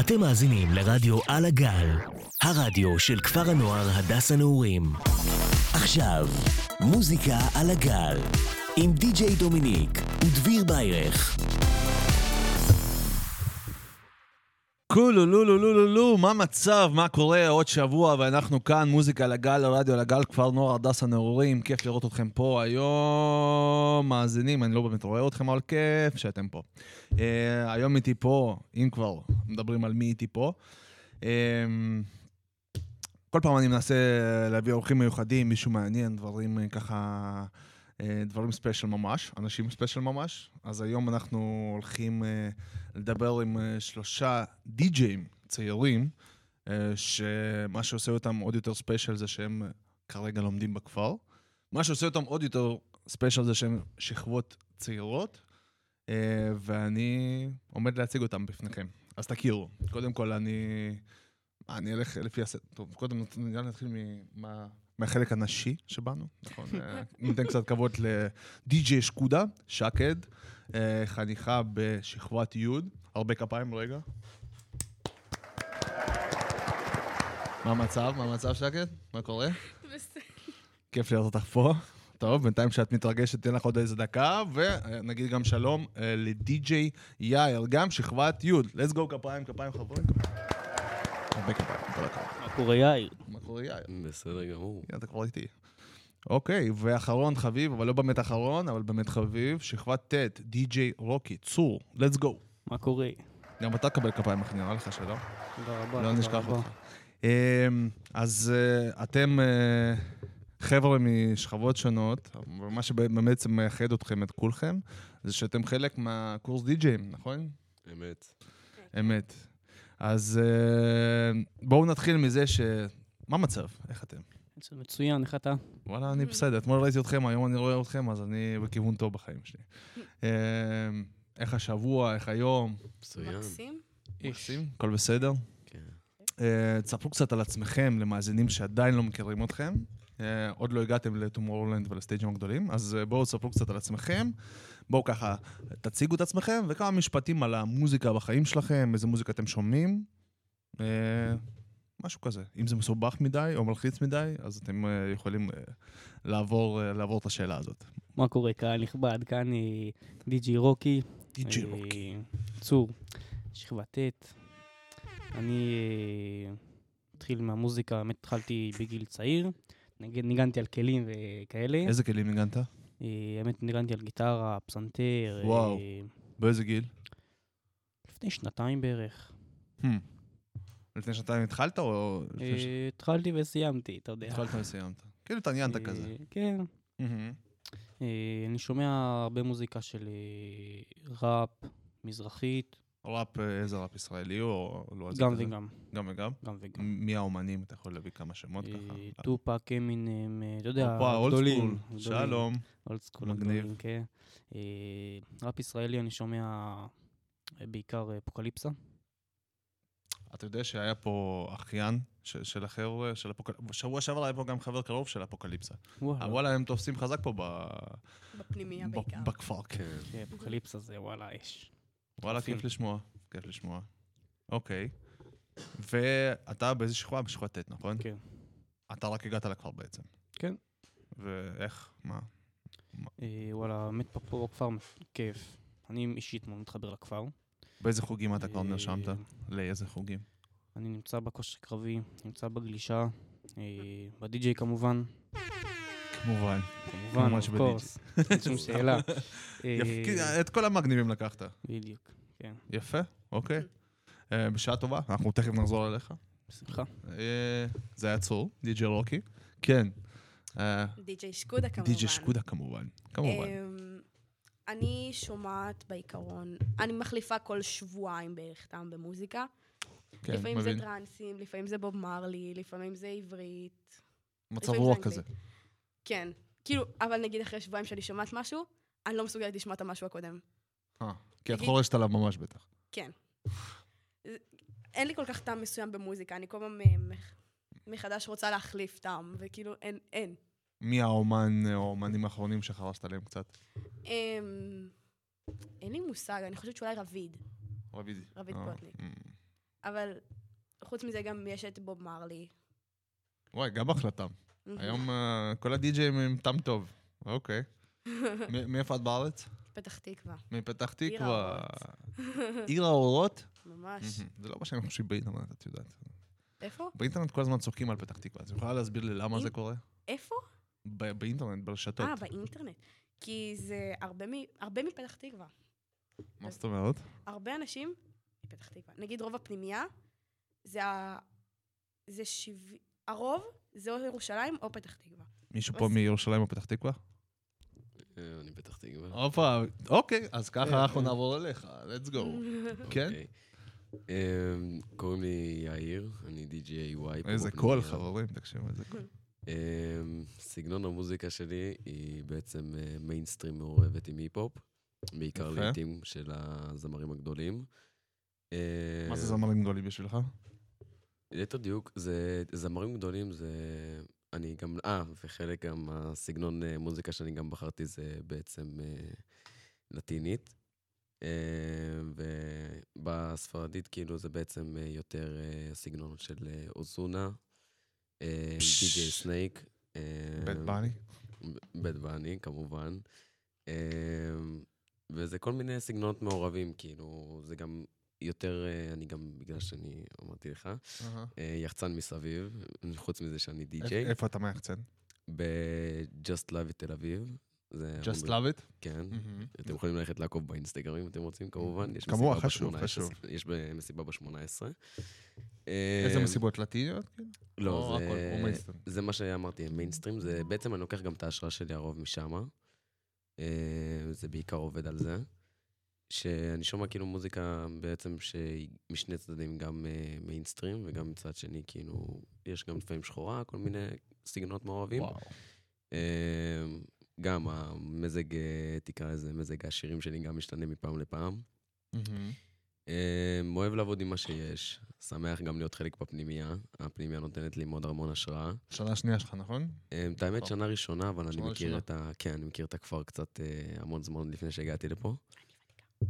אתם מאזינים לרדיו על הגל, הרדיו של כפר הנוער הדס הנעורים. עכשיו, מוזיקה על הגל, עם די.ג'יי דומיניק ודביר ביירך. כולו, לו, לו, לו, לו, לו, מה המצב, מה קורה עוד שבוע, ואנחנו כאן, מוזיקה לגל, הרדיו לגל, כפר נוער, הדס הנעורים, כיף לראות אתכם פה היום, מאזינים, אני לא באמת רואה אתכם, אבל כיף שאתם פה. Uh, היום איתי פה, אם כבר מדברים על מי איתי פה, uh, כל פעם אני מנסה להביא אורחים מיוחדים, מישהו מעניין, דברים אה, ככה, אה, דברים ספיישל ממש, אנשים ספיישל ממש. אז היום אנחנו הולכים אה, לדבר עם אה, שלושה די-ג'אים צעירים, אה, שמה שעושה אותם עוד יותר ספיישל זה שהם כרגע לומדים בכפר. מה שעושה אותם עוד יותר ספיישל זה שהם שכבות צעירות, אה, ואני עומד להציג אותם בפניכם. אז תכירו. קודם כל, אני... אה, אני אלך לפי הסדר. טוב, קודם נראה לי נתחיל ממה- מהחלק הנשי שבאנו, נכון? אה, ניתן קצת כבוד לדי.ג'יי שקודה, שקד, אה, חניכה בשכבת י', הרבה כפיים רגע. מה המצב? מה המצב, שקד? מה קורה? כיף לראות אותך פה. טוב, בינתיים כשאת מתרגשת, תן לך עוד איזה דקה, ונגיד גם שלום אה, לדי.ג'יי יאיר, גם שכבת י'. let's go כפיים, כפיים חברים. הרבה כפיים, כל הכבוד. מה קורה יאיר? מה קורה יאיר? בסדר גמור. הנה, אתה כבר איתי. אוקיי, ואחרון חביב, אבל לא באמת אחרון, אבל באמת חביב, שכבת ט', די.ג'יי רוקי, צור, let's go. מה קורה? גם אתה תקבל כפיים אחי, נראה לך שלא? תודה רבה. לא תודה נשכח רבה. אותך. אמ, אז אה, אתם אה, חבר'ה משכבות שונות, ומה שבעצם מייחד אתכם, את כולכם, זה שאתם חלק מהקורס די.ג'יים, נכון? אמת. אמת. אז אה, בואו נתחיל מזה ש... מה המצב? איך אתם? זה מצוין, איך אתה? וואלה, אני בסדר. אתמול ראיתי אתכם, היום אני רואה אתכם, אז אני בכיוון טוב בחיים שלי. אמ, איך השבוע, איך היום? מצוין. מקסים. מקסים? הכל בסדר? כן. אה, תספרו קצת על עצמכם למאזינים שעדיין לא מכירים אתכם. אה, עוד לא הגעתם לטומורלנד ולסטייג'ים הגדולים, אז אה, בואו תספרו קצת על עצמכם. בואו ככה, תציגו את עצמכם, וכמה משפטים על המוזיקה בחיים שלכם, איזה מוזיקה אתם שומעים. אה, משהו כזה. אם זה מסובך מדי או מלחיץ מדי, אז אתם אה, יכולים אה, לעבור, אה, לעבור את השאלה הזאת. מה קורה קהל נכבד? כאן אה, די.ג'י רוקי. די.ג'י אה, רוקי. צור, שכבת ט'. אני אה, אתחיל מהמוזיקה, באמת התחלתי בגיל צעיר. נגד- ניגנתי על כלים וכאלה. איזה כלים ניגנת? אה, האמת, ניגנתי על גיטרה, פסנתר. אה, וואו. באיזה גיל? לפני שנתיים בערך. Hmm. לפני שנתיים התחלת או... לפני ש- אה, התחלתי וסיימתי, אתה יודע. התחלת וסיימת. כאילו התעניינת אה, כזה. כן. מהמם. אה, אני שומע הרבה מוזיקה של אה, ראפ, מזרחית, ראפ, אה, איזה ראפ ישראלי או לא איזה גם כזה? וגם, גם וגם? גם וגם. מ- מי האומנים? אתה יכול להביא כמה שמות אה, ככה? טופק, אמינם, אה, אתה יודע, הופה, אולד הגדולים. סקול, הגדולים, שלום. אולד סקול, מגניב. הגדולים, כן. אה, ראפ ישראלי אני שומע אה, בעיקר אה, אפוקליפסה. אתה יודע שהיה פה אחיין ש- של החבר'ה, של אפוקליפסה, בשבוע שעבר היה פה גם חבר קרוב של אפוקליפסה. אה, אבל וואלה. אה, וואלה, הם תופסים חזק פה ב- בפנימייה ב- בעיקר. בכפר. כן. כן, אפוקליפסה זה וואלה אש. וואלה, מטורפים. כיף לשמוע. כיף לשמוע. אוקיי. ואתה באיזה שכבה? בשכבת ט', נכון? כן. אתה רק הגעת לכפר בעצם. כן. ואיך? מה? אה, וואלה, באמת פה- פה בכפר כיף. אני אישית מאוד מתחבר לכפר. באיזה חוגים אתה כבר אה, נרשמת? לאיזה חוגים? אני נמצא בכושר קרבי, נמצא בגלישה, אה, בדי-ג'יי כמובן, כמובן. כמובן, ממש of course, אין שום שאלה. אה, יפ- כי- את כל המגניבים לקחת. בדיוק, כן, יפה, אוקיי. אה, בשעה טובה, אנחנו תכף נחזור אליך. בשמחה. אה, זה היה צור, די.ג'י רוקי. כן. אה, די.ג'יי שקודה כמובן. די.ג'י שקודה כמובן. כמובן. אמ, אני שומעת בעיקרון, אני מחליפה כל שבועיים בערך טעם במוזיקה. כן, לפעמים זה מבין. טרנסים, לפעמים זה בוב מרלי, לפעמים זה עברית. מצב לפעמים זה רוח אנגלית. כזה. כן. כאילו, אבל נגיד אחרי שבועיים שאני שומעת משהו, אני לא מסוגלת לשמוע את המשהו הקודם. אה, כי את נגיד- חורשת עליו ממש בטח. אין לי כל כך טעם מסוים במוזיקה, אני כל הזמן אה, מח- מחדש רוצה להחליף טעם, וכאילו, אין, אין. מי האומן או האומנים האחרונים שחרשת עליהם קצת? אמ, אין לי מושג, אני חושבת שאולי רביד. רביד. רביד אה, גוטליב. אמ, אבל חוץ מזה גם יש את בוב מרלי. וואי, גם החלטה. היום אה, כל הדי-ג'אים הם טעם טוב. אוקיי. מ- מאיפה את בארץ? פתח תקווה, מפתח עיר תקווה. האורות. עיר האורות? ממש. מהמם. זה לא מה שהם חושבים באינטרנט, את יודעת. איפה? באינטרנט כל הזמן צוחקים על פתח תקווה. את יכולה להסביר לי למה אם- זה קורה? איפה? ב- באינטרנט, ברשתות. אה, באינטרנט. כי זה הרבה מ- הרבה מפתח תקווה. מה זאת אומרת? הרבה אנשים מפתח תקווה. נגיד רוב הפנימייה, זה ה... זה שבע... הרוב זה או ירושלים או פתח תקווה. מישהו מה פה זה? מירושלים או פתח תקווה? אה, אני פתח תקווה. הופה, אוקיי, אז אה, כן. ככה אנחנו אה. נעבור אליך, let's go. כן? אוקיי. אמ, קוראים לי יאיר, אני די.ג'יי וואי. פה איזה בבני קול, ברק. חברים, תקשיבו, איזה קול. אמ, סגנון המוזיקה שלי היא בעצם אה, מיינסטרים מעורבת עם היפ-הופ, בעיקר יפה. לעיתים של הזמרים הגדולים. מה זה אמ, זמרים גדולים בשבילך? אה, ליתר דיוק, זה זמרים גדולים, זה... אני גם... אה, וחלק גם הסגנון אה, מוזיקה שאני גם בחרתי זה בעצם אה, לטינית. אה, ובספרדית, כאילו, זה בעצם אה, יותר אה, הסגנון של אה, אוזונה, אה, פש. די.ג'יי סנייק. אה, בית בני? בית בני, כמובן. אמ, וזה כל מיני סגנונות מעורבים, כאילו, זה גם יותר, אה, אני גם, בגלל שאני אמרתי לך, אהה. אה, יחצן מסביב, חוץ מזה שאני די-ג'יי, איפ- איפה אתה מהיחצן? אה, ב-Just Love it תל אביב. זה Just אמור- love Mm-hmm. it? כן. מהמם. אתם יכולים ללכת לעקוב באינסטגרם אם אתם רוצים, כמובן. יש Mm-hmm. כמובן, מסיבה חשוב, ב- 18, חשוב. יש ב- מסיבה ב-18. איזה מסיבות לטיניות? אה, לא, או הכל, או זה... מיינסטרים? זה מה שאמרתי, מיינסטרים, זה בעצם אני לוקח גם את ההשראה שלי הרוב משם. זה בעיקר עובד על זה. שאני שומע כאילו מוזיקה בעצם שהיא משני צדדים, גם אה, מיינסטרים וגם מצד שני, כאילו, יש גם לפעמים שחורה, כל מיני סגנונות מעורבים. וואו. אה, גם המזג, אה, תקרא לזה, מזג השירים שלי גם משתנה מפעם לפעם. מהמם. אה, אוהב לעבוד עם מה שיש, שמח גם להיות חלק בפנימייה. הפנימייה נותנת לי מאוד המון השראה. שנה שנייה שלך, נכון? אמ, את האמת, טוב. שנה ראשונה, אבל אני שנה ראשונה. מכיר את ה... כן, אני מכיר את הכפר קצת אה, המון זמן לפני שהגעתי לפה. אמ,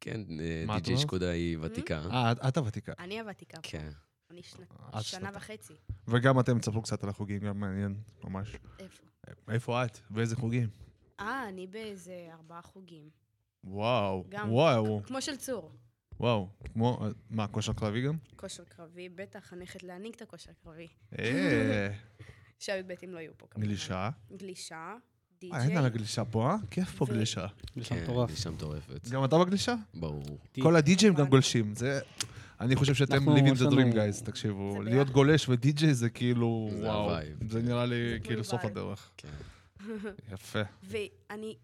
כן, אה, מה את די.ג'יי אומרת? שקודה היא ותיקה. אה, את- את הוותיקה. אני הוותיקה פה. כן. אני שנה- את שנה שנתיים. וחצי. וגם אתם תספרו קצת על החוגים, גם מעניין, ממש. איפה? איפה את? באיזה חוגים? אה, אני באיזה ארבעה חוגים. וואו, גם- וואו, כמו של צור. וואו. כמו, מה, כושר קרבי גם? כושר קרבי, בטח, אני הולכת להנהיג את הכושר הקרבי. אה, שהי"בים לא יהיו פה כמובן. גלישה. גלישה, אה, אין על די-ג'יי. הגלישה פה, אה? כיף פה ו- גלישה. גלישה כן, מטורף. אישה מטורפת. גם אתה בגלישה? ברור. כל הדי-ג'אים גם כמובן. גולשים. זה... אני חושב שאתם אנחנו, living יש the לנו- dream guys, תקשיבו. זה להיות ביחד. גולש ודי-ג'יי זה כאילו, זה וואו. הווייב. זה נראה לי זה כאילו סוף וייב. הדרך. כן. יפה. ואני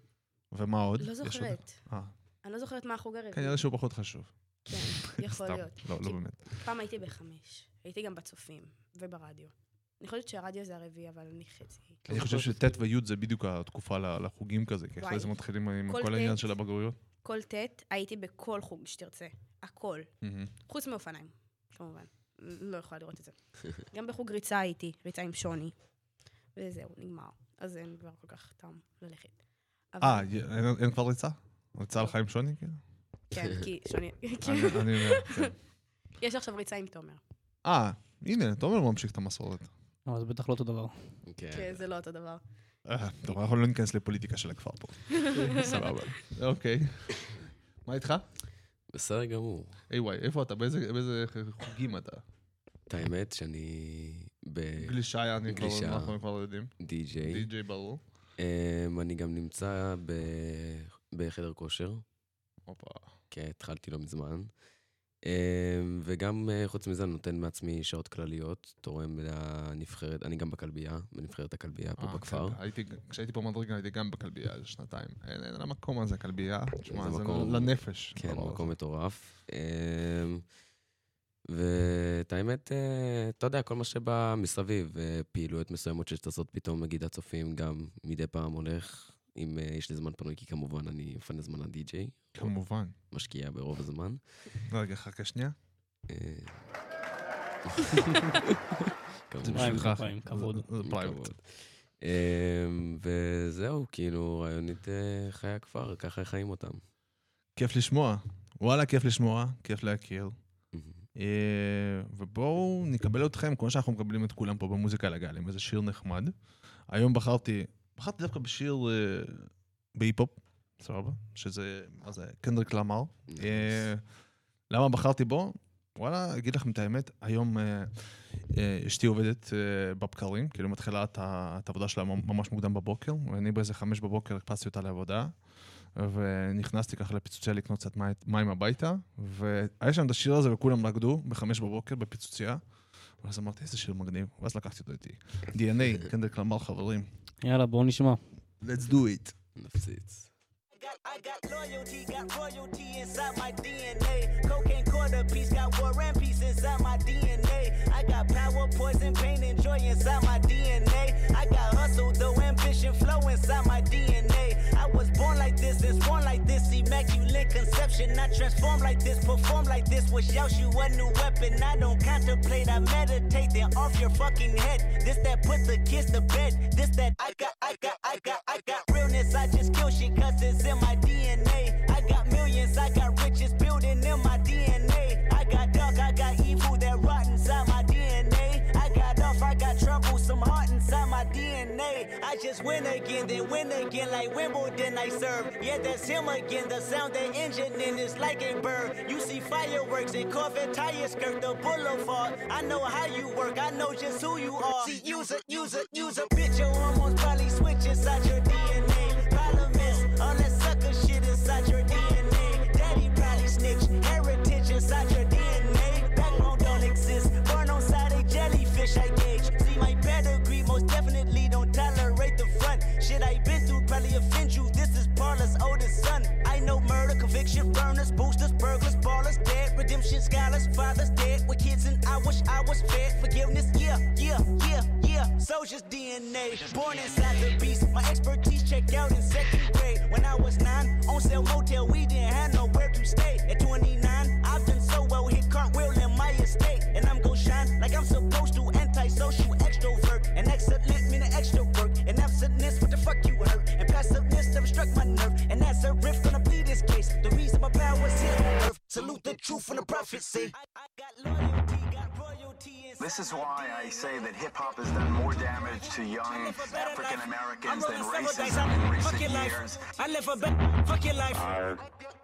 ומה עוד? לא יש עוד- זוכרת. אה, אני לא זוכרת מה החוג הרביעי. כנראה שהוא פחות חשוב. כן, יכול סתם. להיות. לא, לא כי- באמת. פעם הייתי בחמש, הייתי גם בצופים וברדיו. אני חושבת שהרדיו זה הרביעי, אבל אני חצי. כן. אני חושב שט' וי' זה בדיוק התקופה ל- לחוגים כזה, כי אחרי וואי. זה מתחילים עם כל כל העניין ט'. של הבגרויות. כל ט' הייתי בכל חוג שתרצה, הכל. מהמם. חוץ מאופניים, כמובן. לא יכולה לראות את זה. גם בחוג ריצה הייתי, ריצה עם שוני. וזהו, נגמר. אז אין כבר כל כך טעם ללכת. אבל- אה, י- אין- אין כבר ריצה? ריצה על חיים שוני? כאילו? כן, כי שוני... כן. אני- אני אומר, כן. יש עכשיו ריצה עם תומר. אה, הנה, תומר ממשיך את המסורת. אבל זה בטח לא אותו דבר. כן. כן, זה לא אותו דבר. אה, טוב, אנחנו לא ניכנס לפוליטיקה של הכפר פה. סבבה. אוקיי. מה איתך? בסדר גמור. היי וואי, איפה אתה? באיזה באיזה חוגים אתה? את האמת שאני אה, גלישה, אה. אני כבר, גלישה. אנחנו כבר יודעים. ב-די.ג'יי. די.ג'יי ברור. אמ, אני גם נמצא ב- בחדר כושר. הופה. כי התחלתי לא מזמן. אמ, וגם אה, חוץ מזה, אני נותן מעצמי שעות כלליות, תורם לנבחרת, אני גם בכלבייה, בנבחרת הכלבייה פה אה, בכפר. כן, הייתי- כשהייתי פה במדרגה הייתי גם בכלבייה איזה שנתיים. אין, אין למקום הזה כלבייה. תשמע, זה זה מקום- לנפש. כן, הדבר הזה. מקום מטורף. אמ, ואת האמת, אה, אתה יודע, כל מה שבא מסביב, אה, פעילויות מסוימות שיש לעשות פתאום, נגיד הצופים, גם מדי פעם הולך, אם אה, יש לי זמן פנוי, כי כמובן אני מפנה זמן לדי-ג'יי, כמובן. משקיע ברוב הזמן. רגע, חכה שנייה. אה, זה פריים, כמובן. בשבילך. פריים, כבוד. זה- זה פריים. כבוד. אמ, וזהו, כאילו, רעיונית אה, חיי הכפר, ככה חיים אותם. כיף לשמוע. וואלה, כיף לשמוע, כיף להכיר. אה, ובואו נקבל אתכם, כמו שאנחנו מקבלים את כולם פה במוזיקה לגל, עם איזה שיר נחמד. היום בחרתי, בחרתי דווקא בשיר אה, בהיפ-הופ, סבבה? שזה, מה זה, קנדריק למר. אה, למה בחרתי בו? וואלה, אגיד לכם את האמת, היום אה, אה, אשתי עובדת אה, בבקרים, כאילו מתחילה את ה- את העבודה שלה ממש מוקדם בבוקר, ואני באיזה חמש בבוקר הקפצתי אותה לעבודה, ונכנסתי ככה לפיצוציה לקנות קצת מי- מים הביתה, והיה שם את השיר הזה וכולם רקדו בחמש בבוקר בפיצוציה, ואז אמרתי, איזה שיר מגניב, ואז לקחתי אותו איתי. DNA, קנדריק למר כן, חברים, יאללה, בואו נשמע. let's do it. נפציץ. got, I got loyalty, got royalty inside my DNA. Cocaine quarter piece, got war and peace inside my DNA. I got power, poison, pain, and joy inside my DNA. I got hustle, though ambition, flow inside my DNA. I was born like this, and born like this, immaculate conception. I transform like this, perform like this, which yells you a new weapon. I don't contemplate, I meditate, then off your fucking head. This that put the kids to bed. This that I got, I got, I got, I got realness. I just kill shit cause it's in my DNA. I got millions, I got riches building in my DNA. I got dark, I got evil that rot inside my DNA. I got off, I got troublesome heart inside my DNA. I just win again, then win again like Wimbledon I serve. Yeah, that's him again. The sound that engine in is like a bird. You see fireworks and Corvette tires skirt the boulevard. I know how you work, I know just who you are. See, use a, use a, use a bitch. Your hormones probably switch inside your DNA. Problem is, all that sucker shit inside your DNA. Daddy probably snitch, heritage inside your DNA. Backbone don't exist, born on side a jellyfish, I gauge. See, my pedigree most definitely don't tolerate the front. Shit I been through probably offend you. This is Parlor's oldest son. I know murder, conviction, burners, boosters, burglars, ballers, dead, redemption, scholars, fathers, dead with kids, and I wish I was fed. Forgiveness, yeah, yeah, yeah, yeah. Soldier's DNA, born inside the beast. My expertise checked out in second grade. When I was nine, on sale motel, we didn't have nowhere to stay. At 29, I've done so well, hit cartwheel in my estate. And I'm gon' shine like I'm supposed to. Antisocial extrovert, an excellent mean an extrovert. An absentness, what the fuck you hurt? And passiveness never struck my nerve. And that's a riff, gonna bleed this case. The reason my power's here on earth. Salute the truth and the prophecy. This is why I say that hip hop has done more damage to young African Americans than racism in recent years. I live a better fuck your life.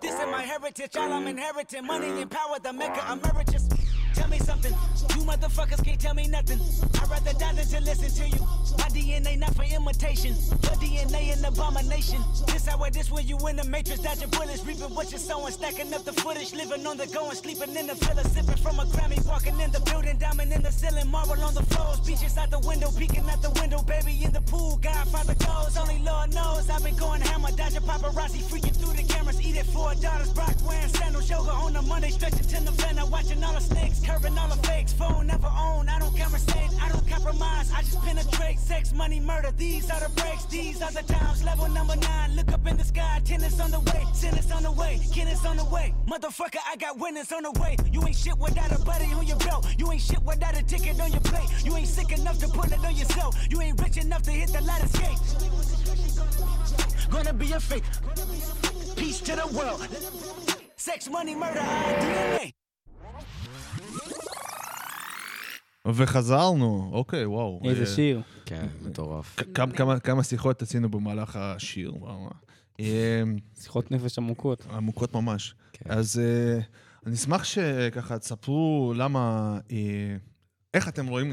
This is my heritage, all I'm inheriting. Money and power, the mecca emeritus. Tell me something, you motherfuckers can't tell me nothing. I'd rather die than to listen to you. My DNA not for imitation, your DNA an abomination. This how it is when you in the matrix, dodging bullets, reaping what you're sowing, stacking up the footage, living on the go and sleeping in the villa, sipping from a Grammy, walking in the building, diamond in the ceiling, marble on the floors, beaches out the window, peeking out the window, baby in the pool, Godfather goes, only Lord knows. I've been going hammer, dodging paparazzi, freaking through the cameras, eating four daughters, Brock wearing sandals, yoga on the Monday, stretching to November, watching all the snakes, curving all the fakes, phone never own, I don't conversate, I don't compromise, I just penetrate, sex, money, murder, these are the breaks, these are the times, level number nine, look up in the sky, tennis on the way, tennis on the way, tennis on the way, motherfucker, I got winners on the way, you ain't shit without a buddy on your belt, you ain't shit without a ticket on your plate, you ain't sick enough to put it on yourself, you ain't rich enough to hit the lattice gate gonna be a fake. Peace to the world. Sex, money, murder, our DNA. וחזרנו, אוקיי, וואו. איזה אה, שיר. כן, מטורף. כ- כמה- כמה- כמה שיחות עשינו במהלך השיר, וואו. וואו. אה, שיחות נפש עמוקות. עמוקות ממש. כן. אז אה, אני אשמח שככה תספרו למה, אה, איך אתם רואים,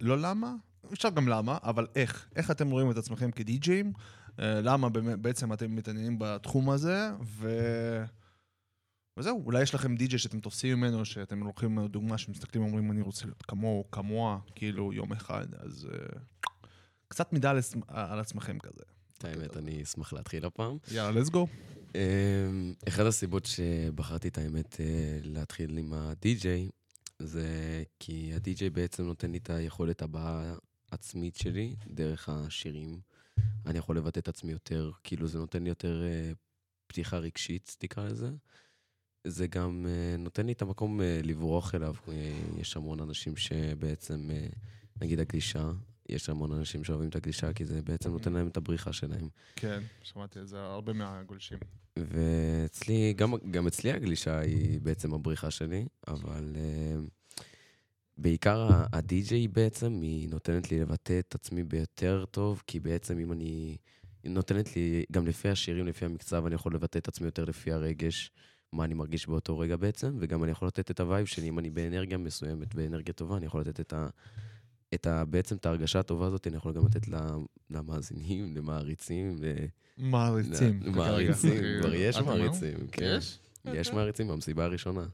לא למה, אפשר גם למה, אבל איך, איך אתם רואים את עצמכם כדי-ג'אים, אה, למה באמת- בעצם אתם מתעניינים בתחום הזה, ו... וזהו, אולי יש לכם די-ג'יי שאתם תופסים ממנו, שאתם לוקחים ממנו דוגמה, שמסתכלים ואומרים, אני רוצה להיות כמוהו, כמוה, כאילו, יום אחד, אז אה, קצת מידע על, עצמ- על עצמכם כזה. את האמת, אני אשמח להתחיל הפעם. יאללה, let's go. אמ, אחת הסיבות שבחרתי את האמת אה, להתחיל עם הדי-ג'יי, זה כי הדי-ג'יי בעצם נותן לי את היכולת הבעה עצמית שלי דרך השירים. אני יכול לבטא את עצמי יותר, כאילו זה נותן לי יותר אה, פתיחה רגשית, תקרא לזה. זה גם אה, נותן לי את המקום אה, לברוח אליו. אה, יש המון אנשים שבעצם, אה, נגיד הגלישה, יש המון אנשים שאוהבים את הגלישה, כי זה בעצם נותן להם את הבריחה שלהם. כן, שמעתי את זה הרבה מהגולשים. ואצלי, גם, גם אצלי הגלישה היא בעצם הבריחה שלי, אבל uh, בעיקר ה- הדי-ג'יי בעצם, היא נותנת לי לבטא את עצמי ביותר טוב, כי בעצם אם אני... היא נותנת לי, גם לפי השירים, לפי המקצב, אני יכול לבטא את עצמי יותר לפי הרגש, מה אני מרגיש באותו רגע בעצם, וגם אני יכול לתת את הווייב שלי, אם אני באנרגיה מסוימת, באנרגיה טובה, אני יכול לתת את ה... את ה... בעצם את ההרגשה הטובה הזאת, אני יכול גם לתת ל- למאזינים, למעריצים, ל... מעריצים. נ- מעריצים, כבר יש כאילו, אוקיי. אתה אומר? מעריצים. כן. יש? אוקיי. יש מעריצים במסיבה הראשונה.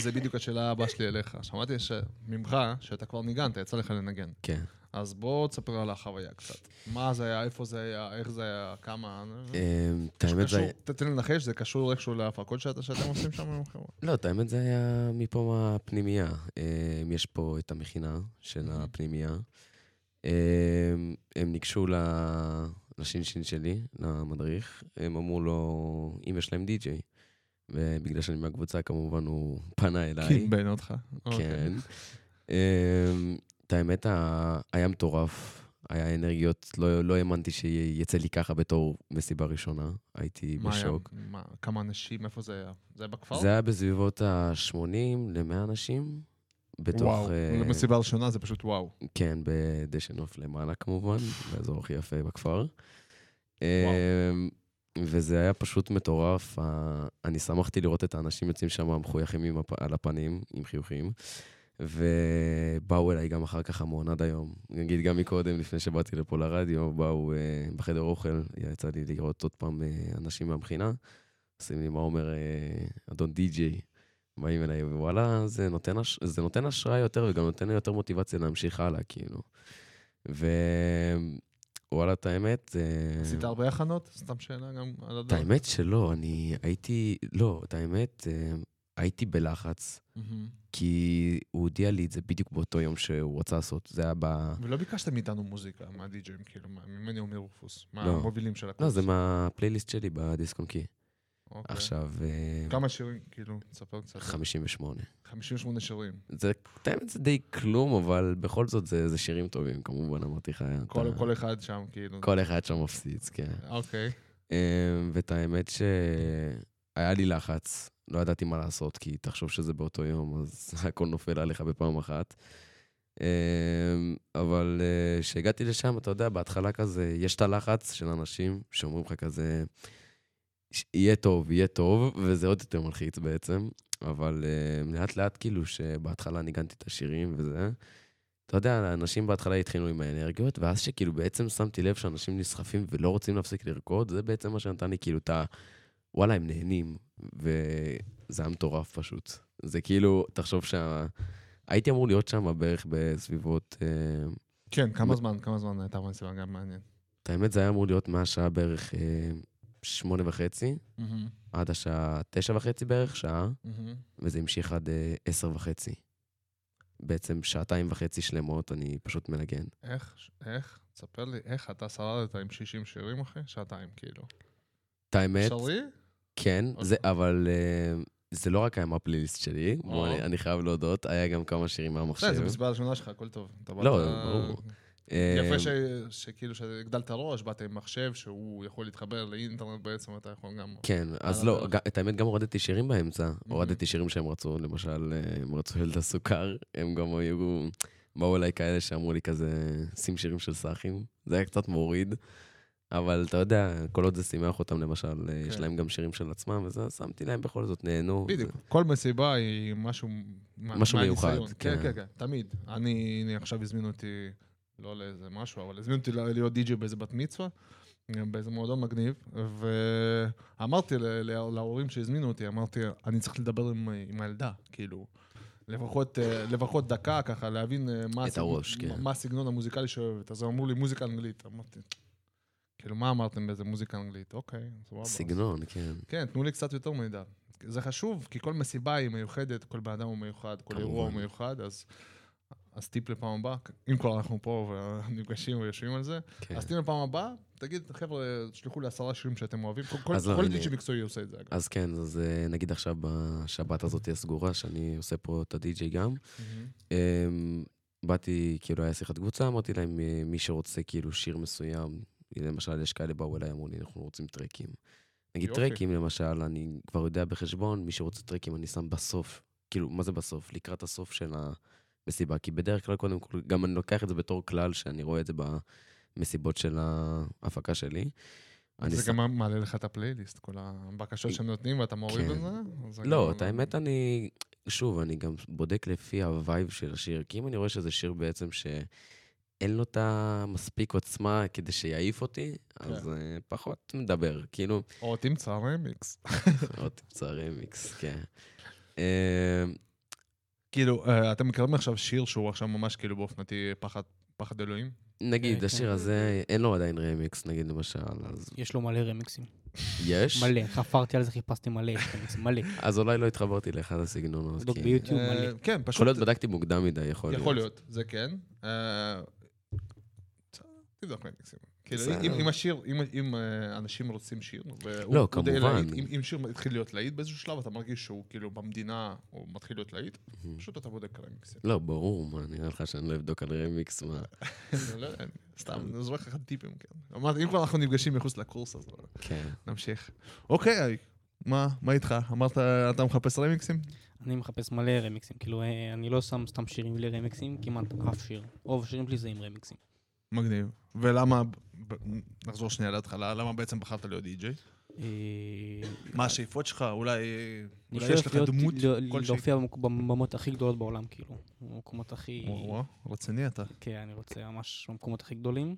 זה בדיוק השאלה הבאה שלי אליך. שמעתי ממך שאתה כבר ניגנת, יצא לך לנגן. כן. אז בוא תספר על החוויה קצת. מה זה היה, איפה זה היה, איך זה היה, כמה... אמ, את האמת זה קשור, היה... תתן לי לנחש, זה קשור איכשהו להפקות שאתה- שאתם עושים שם עם החברה. לא, את האמת זה היה מפה מהפנימייה. אמ, יש פה את המכינה של Mhm. הפנימייה. אמ, הם ניגשו ל- לשינשין שלי, למדריך. הם אמרו לו, אם יש להם די-ג'יי. ובגלל שאני מהקבוצה, כמובן, הוא פנה אליי. קימבן אותך. אוקיי. אה, כן. אמ, את האמת, ה- היה מטורף. היה אנרגיות, לא, לא האמנתי שיצא לי ככה בתור מסיבה ראשונה. הייתי מה היה- בשוק. מה- כמה אנשים, איפה זה היה? זה היה בכפר? זה היה בסביבות ה-80 ל-100 אנשים. בתוך... וואו, אה, למסיבה הראשונה זה פשוט וואו. כן, בדשן עוף למעלה כמובן, באזור הכי יפה בכפר. אמ, וזה היה פשוט מטורף. ה- אני שמחתי לראות את האנשים יוצאים שם מחויכים עם הפ- על הפנים, עם חיוכים. ובאו אליי גם אחר כך המון עד היום. נגיד, גם מקודם, לפני שבאתי לפה לרדיו, באו אה, בחדר אוכל, יצא לי לראות עוד פעם אה, אנשים מהמכינה. עושים לי מה אומר אה, אדון די-ג'יי. באים אליי, ווואלה, זה נותן, הש... זה נותן השראה יותר, וגם נותן לי יותר מוטיבציה להמשיך הלאה, כאילו. ווואלה, את האמת... אה, עשית הרבה הכנות? סתם שאלה גם על את הדרך. האמת שלא, אני הייתי... לא, את האמת, אה, הייתי בלחץ, מהמם. כי הוא הודיע לי את זה בדיוק באותו יום שהוא רצה לעשות. זה היה ב... ולא ביקשת מאיתנו מוזיקה, מהדי-ג'ים, כאילו, מה- ממני ומי רופוס. לא. מהמובילים של הקורס. לא, זה מהפלייליסט שלי בדיסקונקי. אוקיי. עכשיו, אה, כמה שירים, כאילו, תספר קצת. 58. 58 שירים. זה, את האמת, זה די כלום, אבל בכל זאת זה, זה שירים טובים, כמובן, אמרתי לך. כל- אתה- כל אחד שם, כאילו. כל אחד שם מפסיץ, כן. אוקיי. אמ, ואת האמת שהיה לי לחץ, לא ידעתי מה לעשות, כי תחשוב שזה באותו יום, אז הכל נופל עליך בפעם אחת. אמ, אבל אה, כשהגעתי לשם, אתה יודע, בהתחלה כזה, יש את הלחץ של אנשים שאומרים לך כזה, "ש- יהיה טוב, יהיה טוב, וזה עוד יותר מלחיץ בעצם. אבל אה, לאט לאט, כאילו, שבהתחלה ניגנתי את השירים וזה, אתה יודע, אנשים בהתחלה התחילו עם האנרגיות, ואז שכאילו בעצם שמתי לב שאנשים נסחפים ולא רוצים להפסיק לרקוד, זה בעצם מה שנתן לי כאילו את ה... וואלה, הם נהנים, וזה היה מטורף פשוט. זה כאילו, תחשוב שה... הייתי אמור להיות שם בערך בסביבות... אה, כן, כמה זמן, כמה זמן הייתה מסיבה, גם מעניין. את האמת, זה היה אמור להיות מהשעה בערך אה, שמונה וחצי, מהמם, עד השעה תשע וחצי בערך, שעה, מהמם. וזה המשיך עד אה, עשר וחצי. בעצם שעתיים וחצי שלמות אני פשוט מנגן. איך, איך, תספר לי, איך אתה שרדת עם 60 שירים, אחי? שעתיים, כאילו. את האמת... אפשרי? כן, עוד זה, אבל אה, זה לא רק היה מהפלייליסט שלי, בוא, או. אני, אני חייב להודות, היה גם כמה שירים בסדר, מהמחשב. אוקיי. זה מסיבה ראשונה שלך, הכל טוב. אתה באת- לא, ברור. אה, יפה ש... שכאילו, שהגדלת ראש, באת עם מחשב שהוא יכול להתחבר לאינטרנט בעצם, אתה יכול גם... כן, אז על לא, הדרך. ג- את האמת גם הורדתי שירים באמצע. אוקיי. הורדתי שירים שהם רצו, למשל, אה, הם רצו ילדה סוכר, הם גם היו, באו אליי כאלה שאמרו לי כזה, שים שירים של סאחים. זה היה קצת מוריד, אבל אתה יודע, כל עוד זה שימח אותם, למשל, אה, יש כן. להם גם שירים של עצמם, וזה, שמתי להם בכל זאת, נהנו. בדיוק, כל מסיבה היא משהו... מה- משהו מהניסיון. מיוחד, כן, כן. כן, כן, תמיד. אני, הנה, עכשיו הזמינו אותי, לא לאיזה משהו, אבל הזמינו אותי להיות די-ג'י באיזה בת מצווה, באיזה מועדון מגניב, ואמרתי ל- ל- להורים שהזמינו אותי, אמרתי, אני צריך לדבר עם, עם הילדה, כאילו. לפחות, אה, לפחות דקה ככה, להבין אה, מה, את הסגנון- הראש, כן. מה הסגנון המוזיקלי שאוהבת. אז אמרו לי מוזיקה אנגלית, אמרתי, כאילו, מה אמרתם באיזה מוזיקה אנגלית? אוקיי, סבבה. סגנון, כן. כן, תנו לי קצת יותר מידע. זה חשוב, כי כל מסיבה היא מיוחדת, כל בן אדם הוא מיוחד, כל אירוע הוא כמובן. מיוחד, אז, אז טיפ לפעם הבאה, אם כבר אנחנו פה ונפגשים ויושבים על זה, כן. אז טיפ לפעם הבאה, תגיד, חבר'ה, תשלחו לי עשרה שירים שאתם אוהבים, כל- כל אז לא, כל אני- דיצ'י מקצועי עושה את זה, אגב. אז כן, אז אה, נגיד עכשיו בשבת הזאת הסגורה, שאני עושה פה את הדי-ג'יי גם. אמ, באתי, כאילו, היה שיחת קבוצה, אמרתי להם, אה, מי שרוצה כאילו שיר מסוים, למשל, יש כאלה באו אליי, אמרו לי, אנחנו רוצים טרקים. נגיד יופי. טרקים למשל, אני כבר יודע בחשבון, מי שרוצה טרקים אני שם בסוף. כאילו, מה זה בסוף? לקראת הסוף של המסיבה. כי בדרך כלל, קודם כל, גם אני לוקח את זה בתור כלל, שאני רואה את זה במסיבות של ההפקה שלי. אני זה שם- גם מעלה לך את הפלייליסט, כל הבקשות שהם נותנים ואתה מוריד כן. את זה? אז זה לא, גם- את האמת, אני... שוב, אני גם בודק לפי הווייב של השיר, כי אם אני רואה שזה שיר בעצם שאין לו את המספיק עוצמה כדי שיעיף אותי, אז אה, פחות מדבר. כאילו, או תמצא רמיקס. עוד תמצא רמיקס, כן. אה, כאילו, אה, אתם מקבלים עכשיו שיר שהוא עכשיו ממש כאילו באופנתי פחד, פחד אלוהים? נגיד, כן. השיר הזה, אין לו עדיין רמיקס, נגיד למשל, אז יש לו מלא רמיקסים. יש. מלא, חפרתי על זה, חיפשתי מלא רמיקסים, מלא. אז אולי לא התחברתי לאחד הסגנונות. בדוק כי- ביוטיוב אה, מלא. כן, יכול פשוט... להיות בדקתי מוקדם מדי, יכול להיות. יכול להיות, זה כן. אה, תבדוק רמיקסים. כאילו, בסדר. אם- אם השיר, אם- אם אה, אנשים רוצים שיר, והוא לא, הוא די כמובן. להיט, אם- אם שיר מתחיל להיות להיט באיזשהו שלב, אתה מרגיש שהוא כאילו במדינה, הוא מתחיל להיות להיט, Mhm. פשוט אתה בודק רמיקסים. לא, ברור, מה, נראה לך שאני לא אבדוק על רמיקס, מה? אני לא יודע, סתם, אני זורק לך טיפים, כן. אמרתי, אם כבר אנחנו נפגשים מחוץ לקורס, אז לא. כן. נמשיך. אוקיי, אריק, מה, מה איתך? אמרת, אתה מחפש רמיקסים? אני מחפש מלא רמיקסים, כאילו אה, אני לא שם סתם שירים בלי רמיקסים, כמעט אף שיר. רוב השירים שלי זה עם רמיקסים. מגניב. ולמה, ב- נחזור שנייה להתחלה, למה בעצם בחרת להיות די-ג'יי? אה, מה השאיפות שלך? אולי אני אולי שואף יש לך להיות- דמות ל- כלשהי? להופיע במק- במקומות הכי גדולות בעולם, כאילו. במקומות הכי... וואו, וואו, רציני אתה. כן, אני רוצה ממש במקומות הכי גדולים.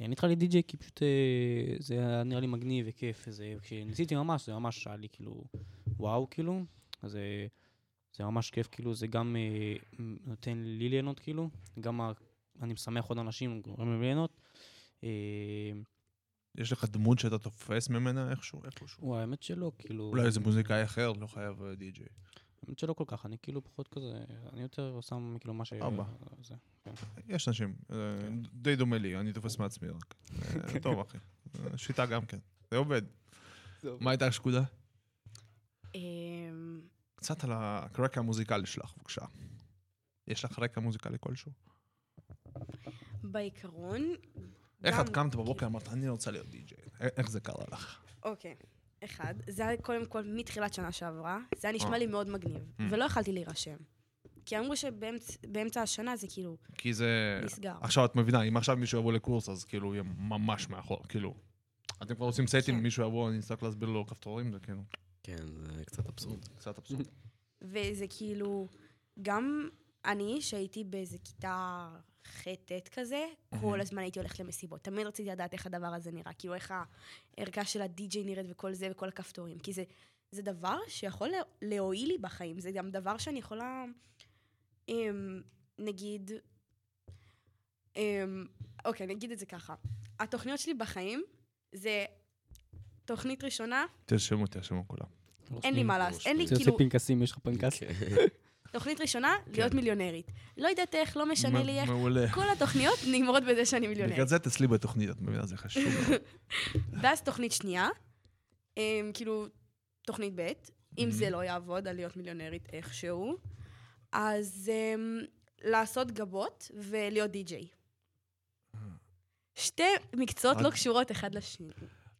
אה, נדחה לי די-ג'יי כי פשוט אה, זה היה נראה לי מגניב וכיף. וזה- כשניסיתי ממש, זה ממש היה לי כאילו וואו, כאילו. אז אה, זה ממש כיף, כאילו, זה גם אה, מ- נותן לי ליהנות, כאילו. גם ה- אני משמח עוד אנשים, גורם להם ליהנות. אה, יש לך דמות שאתה תופס ממנה איכשהו, איפשהו? וואי, האמת שלא, כאילו... אולי איזה מוזיקאי אחר, לא חייב אה, די-ג'יי. האמת שלא כל כך, אני כאילו פחות כזה, אני יותר שם כאילו מה ש... אבא. זה. יש אנשים, אה, כן. די דומה לי, אני תופס מעצמי רק. אה, טוב, אחי. אה, שיטה גם כן. זה עובד. מה הייתה השקודה? אמ, קצת על הרקע המוזיקלי שלך, בבקשה. יש לך רקע מוזיקלי כלשהו? בעיקרון... איך גם- את קמת בבוקר ואמרת, אני רוצה להיות די-ג'יי? א- איך זה קרה לך? אוקיי, אחד. זה היה קודם כל מתחילת שנה שעברה, זה היה אה. נשמע לי מאוד מגניב, Mm. ולא יכלתי להירשם. כי אמרו שבאמצע השנה זה כאילו כי זה... נסגר. עכשיו את מבינה, אם עכשיו מישהו יבוא לקורס, אז כאילו הוא יהיה ממש מאחור, כאילו... אתם כבר עושים סטים, כן. מישהו יבוא, אני אצטרך להסביר לו כפתורים, זה כאילו... כן, זה קצת אבסורד. קצת אבסורד. וזה כאילו, גם אני, שהייתי באיזה כיתה ח'-ט' כזה, כל הזמן הייתי הולכת למסיבות. תמיד רציתי לדעת איך הדבר הזה נראה, כאילו איך הערכה של הדי-ג'יי נראית וכל זה וכל הכפתורים. כי זה, זה דבר שיכול לה- להועיל לי בחיים, זה גם דבר שאני יכולה, אמ, נגיד, אמ, אוקיי, אני אגיד את זה ככה. התוכניות שלי בחיים זה תוכנית ראשונה, תרשמו, תרשמו כולם. אין לי כן. מה לעשות, אין לי זה עושה כאילו... פנקסים, יש לך פנקס? כן. תוכנית ראשונה, כן. להיות מיליונרית. לא יודעת איך, לא משנה לי איך. מעולה. כל התוכניות נגמרות בזה שאני בגלל מיליונרית. זה את אצלי בתוכנית, את מבינה? זה חשוב. ואז תוכנית שנייה, אמ, כאילו, תוכנית ב', אם זה לא יעבוד על להיות מיליונרית איכשהו, אז אמ, לעשות גבות ולהיות די-ג'יי. אה. שתי מקצועות לא את- קשורות אחד לשני.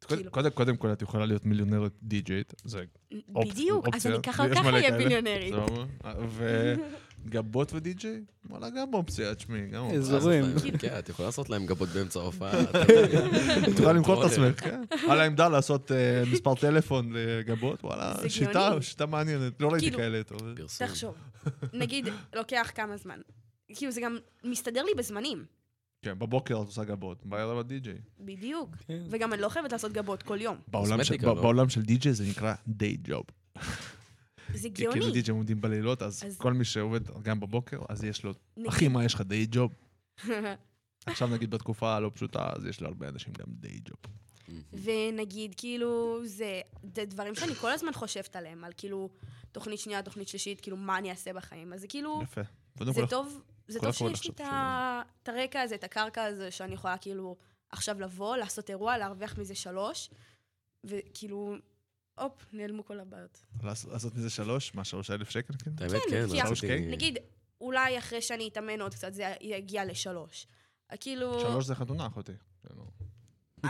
קודם- כאילו. קודם- קודם כל, את יכולה להיות מיליונרת די-ג'יית, זה אופ- בדיוק, אז אופציה. אני ככה או יש ככה מלא אהיה כאלה. מיליונרית. סבבה. וגבות ודי-ג'יי? וואלה, גם אופציה, תשמעי, גם אופציה. אזורים. כן, את יכולה לעשות להם גבות באמצע ההופעה. את יכולה למכור את עצמך, כן. על העמדה לעשות אה, מספר טלפון לגבות, וואלה, זה שיטה, גאוני. שיטה מעניינת. לא ראיתי כאילו- כאלה, אתה יודע. פרסום. תחשוב, נגיד, לוקח כמה זמן. כאילו, זה גם מסתדר לי בזמנים. כן, בבוקר את עושה גבות, בערב את די-ג'יי. בדיוק. כן. וגם אני לא חייבת לעשות גבות כל יום. בעולם של- קוסמטיקה, ב- לא? בעולם של די-ג'יי זה נקרא דיי ג'וב. זה כי כאילו גאוני. די-ג'יי עומדים בלילות, אז אז- כל מי שעובד גם בבוקר, אז יש לו, נגיד- אחי, מה יש לך דיי ג'וב? עכשיו נגיד בתקופה הלא פשוטה, אז יש להרבה אנשים גם דיי ג'וב. ונגיד, כאילו, זה, זה דברים שאני כל הזמן חושבת עליהם, על כאילו, תוכנית שנייה, תוכנית שלישית, כאילו, מה אני אעשה בחיים. אז זה כאילו, יפה. קודם זה כל, טוב, זה כל טוב הכבוד שיש לי לך את שאת ה- את הרקע הזה, את הקרקע הזו, שאני יכולה כאילו עכשיו לבוא, לעשות אירוע, להרוויח מזה שלוש, וכאילו, הופ, נעלמו כל הבעיות. לעשות לעשות מזה שלוש, מה, שלוש אלף שקל? כאילו? האמת, כן, כי אוקיי. רציתי... נגיד, אולי אחרי שאני אתאמן עוד קצת, זה יגיע לשלוש. כאילו... כן. שלוש זה חתונה, אחותי. זה לא-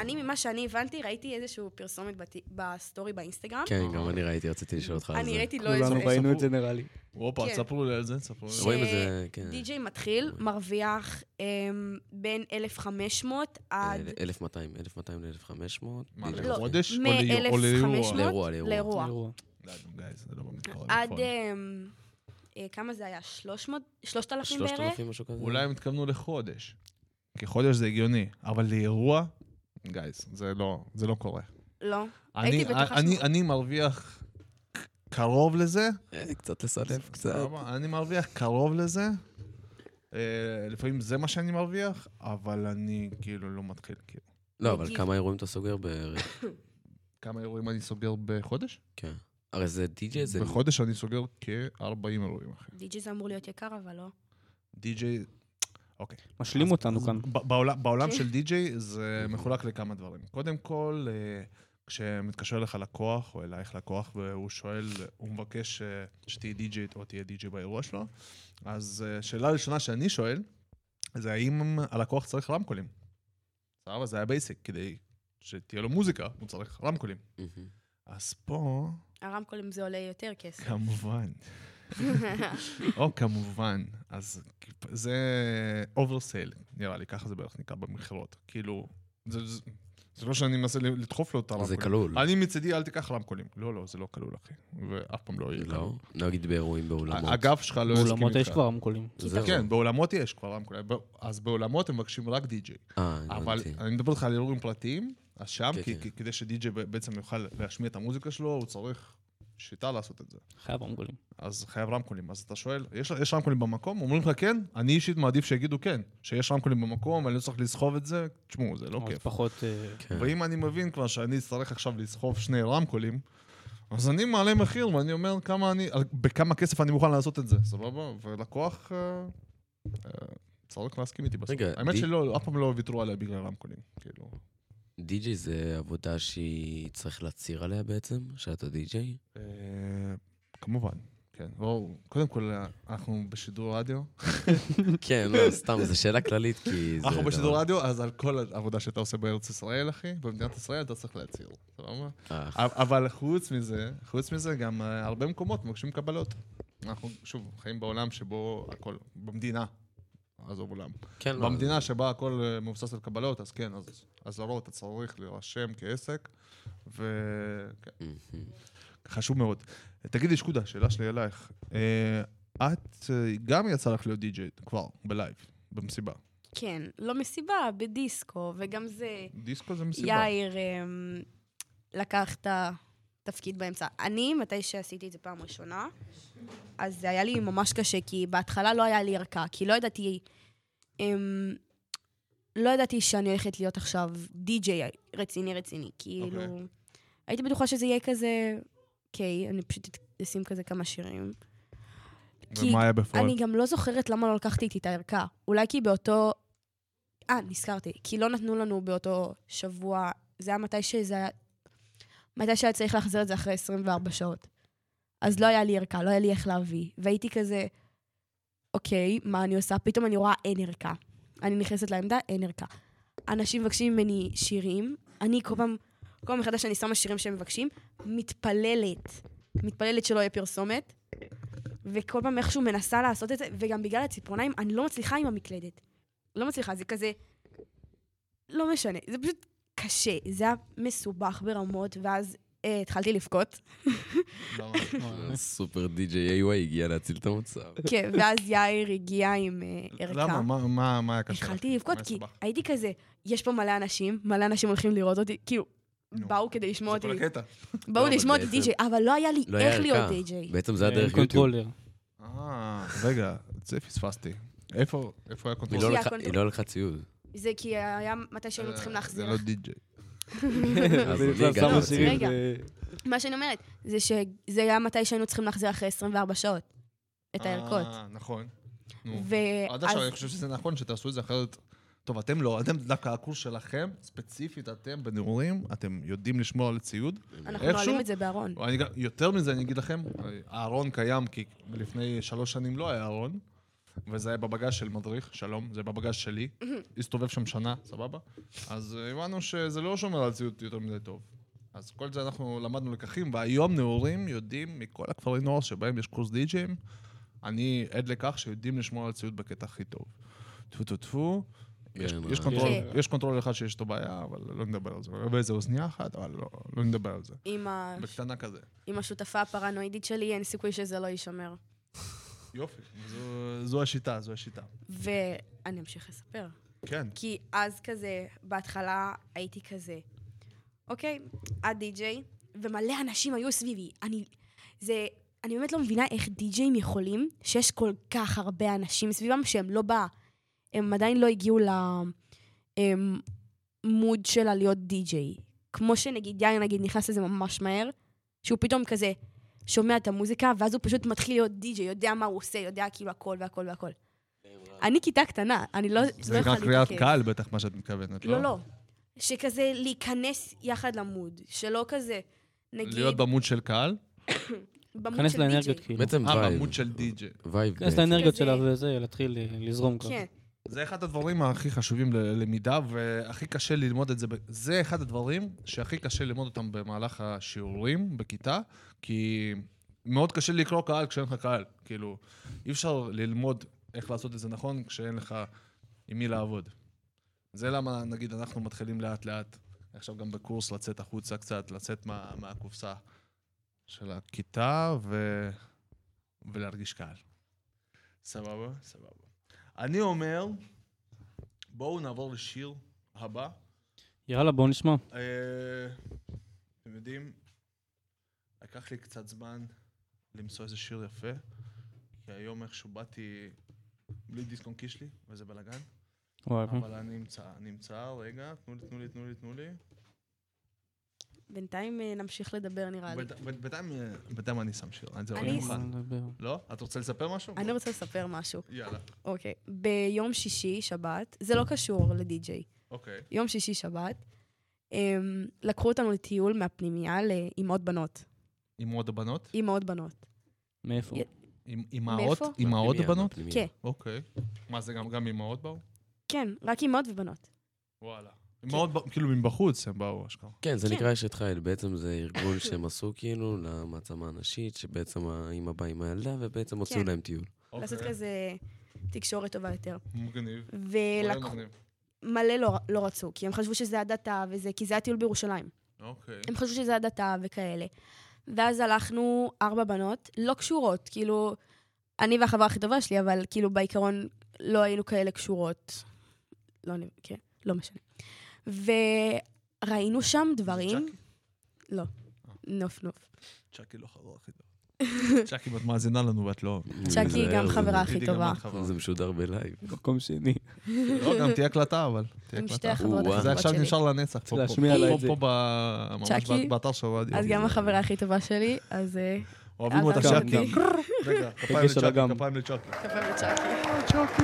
אני, ממה שאני הבנתי, ראיתי איזשהו פרסומת בטי- בסטורי באינסטגרם. כן, גם אני ראיתי, רציתי לשאול אותך על זה. אני ראיתי לא איזה... כולנו כולנו ראינו את זה נראה לי. הופה, כן. תספרו לי על זה, תספרו לי. ש- רואים את זה, כן. די.ג'יי מתחיל, מרוויח אמ, בין 1,500 אה, עד... נכון. 1,200, 1,200 ל-1,500. מה, לא, לחודש? או ליו- או לאירוע? מ-1,500 לאירוע, לאירוע. לאירוע. אירוע. לא, guys, זה לא במתקרב, עד... נכון. אמ, אה, כמה זה היה? 300? 3,000 בערך? 3,000 משהו כזה. אולי הם התכוונו לחודש. כי חודש זה הגיוני, אבל לאירוע, גייז, זה לא, זה לא קורה. לא. אני, הייתי בטוחה אני, ש- אני מרוויח קרוב לזה, אה, קצת לסלף, קצת. סבבה, אני מרוויח קרוב לזה. אה, לפעמים זה מה שאני מרוויח, אבל אני כאילו לא מתחיל, כאילו. לא, אבל נגיד- כמה אירועים אתה סוגר בערך? כמה אירועים אני סוגר בחודש? כן. הרי זה די.ג'יי, זה... בחודש אני סוגר כ-40 אירועים, אחי. די.ג'יי זה אמור להיות יקר, אבל לא. די.ג'יי... אוקיי. משלים אז- אותנו אז כאן. ב- בעולם- בעולם כן. של די.ג'יי זה מחולק לכמה דברים. קודם כל, אה, כשמתקשר אליך לקוח, או אלייך לקוח, והוא שואל, הוא מבקש אה, שתהיי די.ג'יי או תהיה די.ג'יי באירוע שלו, אז אה, שאלה ראשונה שאני שואל, זה האם הלקוח צריך רמקולים. סבבה, זה היה בייסיק, כדי שתהיה לו מוזיקה, הוא צריך רמקולים. מהמם. אז פה, הרמקולים זה עולה יותר כן. כסף. כמובן. או כמובן, אז זה אוברסייל, נראה לי, ככה זה בערך נקרא במכירות. כאילו, זה, זה, זה לא שאני מנסה לדחוף לו את הרמקולים. זה כלול. אני מצידי, אל תיקח רמקולים. לא, לא, זה לא כלול, אחי. ואף פעם לא יהיה לא? כלול. נגיד באירועים באולמות. הגב שלך לא יסכים איתך. באולמות יש כבר רמקולים. זהו. אה, כן, באולמות יש כבר רמקולים. אז באולמות הם מבקשים רק די-ג'יי. אה, אבל הבנתי. אני מדבר איתך על אירועים פרטיים, אז שם, כן, כי- כן. כי- כדי שדי-ג'יי בעצם יוכל להשמיע את המוזיקה שלו, הוא צריך שיטה לעשות את זה. חייב רמקולים. אז חייב רמקולים. אז אתה שואל, יש, יש רמקולים במקום? אומרים לך כן? אני אישית מעדיף שיגידו כן, שיש רמקולים במקום, אני לא צריך לסחוב את זה, תשמעו, זה לא אז כיף. פחות... אה, כן. ואם אני מבין כבר שאני אצטרך עכשיו לסחוב שני רמקולים, אז אני מעלה מחיר ואני אומר כמה אני, על- בכמה כסף אני מוכן לעשות את זה, סבבה? ולקוח אה, אה, צריך להסכים איתי בסוף. רגע, האמת די- שלא, אף פעם לא ויתרו עליה בגלל רמקולים, כאילו. די.ג'יי זה עבודה שהיא צריך להצהיר עליה בעצם, שאתה די.ג'יי? אה, כמובן, כן. בואו, קודם כל, אה, אנחנו בשידור רדיו. כן, לא, סתם, זו שאלה כללית, כי זה... אנחנו דבר- בשידור רדיו, אז על כל העבודה שאתה עושה בארץ ישראל, אחי, במדינת ישראל, אתה צריך להצהיר, סבבה? אה, אבל חוץ מזה, חוץ מזה, גם אה, הרבה מקומות מבקשים קבלות. אנחנו, שוב, חיים בעולם שבו הכל, במדינה, עזוב עולם. כן, לא, במדינה שבה הכל אה, מבוסס על קבלות, אז כן, אז- אז לרוב אתה צריך להירשם כעסק, וכן. מהמם. חשוב מאוד. תגידי, שקודה, שאלה שלי אלייך. אה, את אה, גם יצא לך להיות די-ג'יי כבר, בלייב, במסיבה. כן, לא מסיבה, בדיסקו, וגם זה... דיסקו זה מסיבה. יאיר אמ, לקח את התפקיד באמצע. אני, מתי שעשיתי את זה פעם ראשונה, אז זה היה לי ממש קשה, כי בהתחלה לא היה לי ערכה, כי לא ידעתי... אמ, לא ידעתי שאני הולכת להיות עכשיו די-ג'יי רציני רציני, כאילו... אוקיי. הייתי בטוחה שזה יהיה כזה... אוקיי, אני פשוט אשים כזה כמה שירים. כי ומה היה בפועל? אני גם לא זוכרת למה לא לקחתי איתי את הערכה. אולי כי באותו... אה, נזכרתי. כי לא נתנו לנו באותו שבוע, זה היה מתי שזה היה... מתי שהיה צריך להחזיר את זה אחרי 24 שעות. אז לא היה לי ערכה, לא היה לי איך להביא. והייתי כזה, אוקיי, מה אני עושה? פתאום אני רואה אין ערכה. אני נכנסת לעמדה, אין ערכה. אנשים מבקשים ממני שירים, אני כל פעם, כל פעם מחדש אני שמה שירים שהם מבקשים, מתפללת, מתפללת שלא יהיה פרסומת, וכל פעם איכשהו מנסה לעשות את זה, וגם בגלל הציפורניים, אני לא מצליחה עם המקלדת. לא מצליחה, זה כזה... לא משנה, זה פשוט קשה, זה היה מסובך ברמות, ואז אה, התחלתי לבכות. למה? אה, סופר די.ג'יי איי הגיע להציל את המצב. כן, ואז יאיר הגיע עם אה, ערכה. למה? מה- מה- מה היה קשה? התחלתי לבכות, מה כי הסבך? הייתי כזה, יש פה מלא אנשים, מלא אנשים הולכים לראות אותי, כאילו, נו. באו כדי לשמוע זה אותי, כל הקטע. באו לא, אבל לשמוע אותי בעצם- די.ג'יי, אבל לא היה לי לא היה איך להיות ערכה. די.ג'יי. בעצם זה היה אה, דרך יוטיוב. קונטרולר. אה, רגע, את זה פספסתי. איפה איפה היה היא קונטרול? לא כי לקחה- הקונטרול- היא לא לקחה ציוד. זה כי היה מתי שהיינו צריכים זה להחזיר. לא די-ג'יי. אז לא אני זה הגעתי שמו לזה. שירים, רגע. אה, מה שאני אומרת, זה שזה היה מתי שהיינו צריכים להחזיר אחרי 24 שעות את הערכות. אה, אה, נכון. נו. עד עכשיו אני ואז חושב שזה נכון שתעשו את זה אחרת. טוב, אתם לא, אתם דווקא הקורס שלכם, ספציפית אתם בנעורים, אתם יודעים לשמור על ציוד. אנחנו איכשהו- נועלים את זה בארון. אני גם- יותר מזה אני אגיד לכם, הארון קיים כי לפני שלוש שנים לא היה ארון, וזה היה בבגז של מדריך, שלום, זה בבגז שלי. הסתובב שם שנה, סבבה? אז אה, הבנו שזה לא שומר על ציות יותר מדי טוב. אז כל זה אנחנו למדנו לקחים, והיום נעורים יודעים מכל הכפרי נוער שבהם יש קורס די-ג'ים, אני עד לכך שיודעים לשמור על ציות בקטע הכי טוב. טפו טפו טפו. יש- כן, יש אה. קונטרול- כן. יש קונטרול אחד שיש איתו בעיה, אבל לא נדבר על זה. ואיזה אוזנייה אחת, אבל לא, לא נדבר על זה. עם ה- בקטנה כזה. עם השותפה הפרנואידית שלי, אין סיכוי שזה לא יישמר. יופי, זו- זו השיטה, זו השיטה. ואני אמשיך לספר. כן. כי אז כזה, בהתחלה הייתי כזה, אוקיי, את די-ג'יי, ומלא אנשים היו סביבי. אני, זה, אני באמת לא מבינה איך די-ג'יים יכולים, שיש כל כך הרבה אנשים סביבם שהם לא ב... הם עדיין לא הגיעו למוד אמ, שלה להיות די-ג'יי. כמו שנגיד יאיר נגיד נכנס לזה ממש מהר, שהוא פתאום כזה שומע את המוזיקה, ואז הוא פשוט מתחיל להיות די-ג'יי, יודע מה הוא עושה, יודע כאילו הכל והכל והכל. אני כיתה קטנה, אני לא, לא יכולה להתעכב. זה נקרא קריאת קהל בטח, מה שאת מתכוונת, לא? לא, לא. שכזה להיכנס יחד למוד, שלא כזה, נגיד, להיות במוד של קהל? במוד להיכנס של די-ג'יי. לאנרגיות כאילו. בעצם אה, וייב. במוד של די-ג'יי. וייב להיכנס בעצם. לאנרגיות כזה. שלה וזה, להתחיל אה, לזרום ככה. כן, זה אחד הדברים הכי חשובים ללמידה, והכי קשה ללמוד את זה. ב- זה אחד הדברים שהכי קשה ללמוד אותם במהלך השיעורים בכיתה, כי מאוד קשה לקרוא קהל כשאין לך קהל. כאילו, אי אפשר ללמוד איך לעשות את זה נכון כשאין לך עם מי לעבוד. זה למה, נגיד, אנחנו מתחילים לאט-לאט, עכשיו גם בקורס, לצאת החוצה קצת, לצאת מה, מהקופסה של הכיתה ו... ולהרגיש קהל. סבבה? סבבה. אני אומר, בואו נעבור לשיר הבא. יאללה, בואו נשמע. אה, אתם יודעים, לקח לי קצת זמן למצוא איזה שיר יפה, כי היום איכשהו באתי בלי דיסקון קישלי, וזה בלאגן, וואי, אוקיי. אוקיי. אבל אני אמצא, אני אמצא, רגע, תנו לי, תנו לי, תנו לי, תנו לי. בינתיים אה, נמשיך לדבר נראה לי. בינתיים- בינתיים אה, בינתיים אני שם שיר, אני זה אני- אני מוכן. לא? את רוצה לספר משהו? אני רוצה לספר משהו. יאללה, אוקיי, ביום שישי, שבת, זה לא קשור לדי-ג'יי, אוקיי. יום שישי, שבת, אמ, לקחו אותנו לטיול מהפנימייה לאימהות בנות. עם עוד הבנות? אימהות בנות. מאיפה? י- עם אימהות? מאיפה? אימהות מהפנימיה, הבנות? מהפנימיה. כן, אוקיי. מה, זה גם- גם אימהות באו? כן, רק אימהות ובנות. וואלה. אימהות, באו- כאילו מבחוץ הם באו אשכרה. כן, זה כן. נקרא אשת חיל. בעצם זה ארגון שהם עשו כאילו למעצמה הנשית, שבעצם האמא באה עם הילדה, ובעצם הוציאו כן. להם טיול. אוקיי. לעשות כזה אה, תקשורת טובה יותר. מגניב. ולקחו... מגניב. מלא לא, לא רצו, כי הם חשבו שזה הדתה וזה, כי זה הטיול בירושלים. אוקיי. הם חשבו שזה הדתה וכאלה. ואז הלכנו ארבע בנות, לא קשורות, כאילו, אני והחברה הכי טובה שלי, אבל כאילו בעיקרון לא היינו כאלה קשורות. לא, אני, כן, לא משנה. וראינו שם דברים... לא. צ'אקי? נוף נוף. צ'אקי לא חברה הכי טובה. צ'אקי, אם את מאזינה לנו ואת לא... צ'אקי היא גם זה- חברה היא הכי גם טובה. את חברה. זה משודר בלייב. מקום שני. לא, גם תהיה הקלטה, אבל. תהיה עם שתי הקלטה. החברות או-אה. זה הכי עכשיו טובות שלי. נשאר לנצח. פה, פה. להשמיע לה פה, את זה. פה, ב- ממש צ'אקי? באתר של הרדיו. אז גם החברה הכי טובה שלי, אז אה, אוהבים אז אותך, גם- צ'אקי. גם. רגע, כפיים רגש על לצ'אקי, הגם. כפיים לצ'אקי. כפיים לצ'אקי.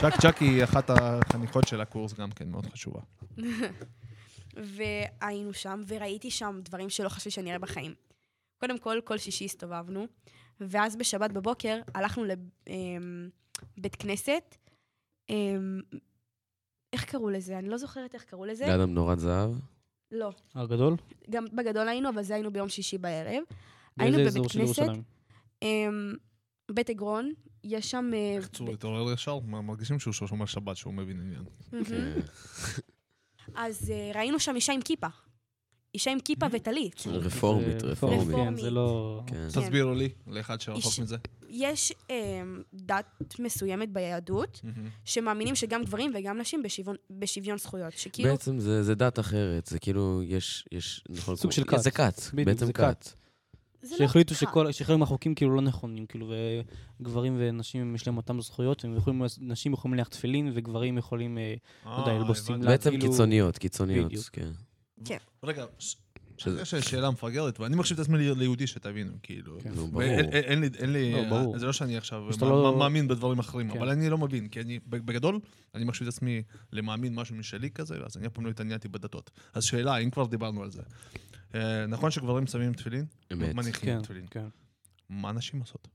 צ'אק- צ'אקי היא אחת החניכות של הקורס גם כן, מאוד חשובה. והיינו שם, וראיתי שם דברים שלא חשבתי שאני אראה בחיים. קודם כל, כל שישי הסתובבנו, ואז בשבת בבוקר הלכנו לבית כנסת. אמ, איך קראו לזה? אני לא זוכרת איך קראו לזה. ליד המנורת זהב. לא. הר גדול? גם בגדול היינו, אבל זה היינו ביום שישי בערב. היינו באיזה בבית אזור של כנסת? ירושלים? אמ, בית עגרון, יש שם... אה, צור בית- התעורר ישר, מה, מרגישים שהוא שומר שבת, שהוא מבין עניין. כן. כן. מהמם. כן. אז אה, ראינו שם אישה עם כיפה. אישה עם כיפה וטלית. רפורמית, זה- רפורמית. רפורמית. כן, זה לא... כן. תסבירו לי, לאחד שרחוק איש- מזה. יש אמ, דת מסוימת ביהדות, שמאמינים שגם גברים וגם נשים בשוויון, בשוויון זכויות. כאילו- שכאילו, בעצם זה, זה דת אחרת, זה כאילו, יש, יש, נכון, סוג של כמו- כת. זה כת, בדיוק, בעצם זה כת. זה לא שהחליטו ככה. שכל, שחלק מהחוקים כאילו לא נכונים, כאילו, וגברים ונשים יש להם אותם זכויות, והם יכולים, נשים יכולים להניח תפילין, וגברים יכולים, אה, לא יודע, ללבוס שמלה, בעצם כאילו- קיצוניות, קיצוניות, בדיוק. כן. רגע, ש- שזה- יש לי שאלה מפגרת, ואני מחשיב את עצמי לי- ליהודי, שתבינו, כאילו. כן. נו, ברור. ואין- אין- אין לי, אין לי, לא, ברור. זה לא שאני עכשיו פשוט מא- לא- מא- מאמין בדברים אחרים, כן. אבל אני לא מבין, כי אני, בגדול, אני מחשיב את עצמי למאמין משהו משלי כזה, אז אני אף פעם לא התעניינתי בדתות. אז שאלה, אם כבר דיברנו על זה, אה, נכון שגברים שמים תפילין? אמת. מניחים כן, תפילין. כן. מה נשים עושות?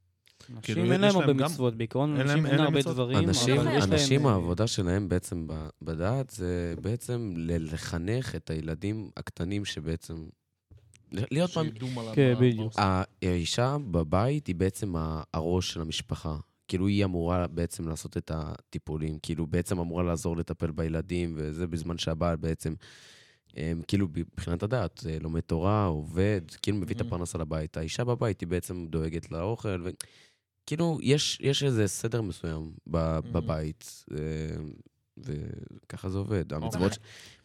כאילו, אנשים אין יש להם להם הרבה גם- מצוות, בעיקרון אין להם- אנשים אין אין להם הרבה מצוות. דברים, אנשים, אבל יש להם... אנשים אה, העבודה שלהם בעצם ב- בדעת זה בעצם ל- לחנך את הילדים הקטנים שבעצם... ל- להיות פעם... שידעו מה- כן, מה- בדיוק. מה- האישה בבית היא בעצם ה- הראש של המשפחה. כאילו היא אמורה בעצם לעשות את הטיפולים, כאילו בעצם אמורה לעזור לטפל בילדים, וזה בזמן שהבעל בעצם, הם, כאילו מבחינת הדת, אה, לומד תורה, עובד, כאילו מביא את Mhm. הפרנסה לבית. האישה בבית היא בעצם דואגת לאוכל, ו... כאילו יש, יש איזה סדר מסוים ב- בבית, אה, וככה זה עובד. המצוות,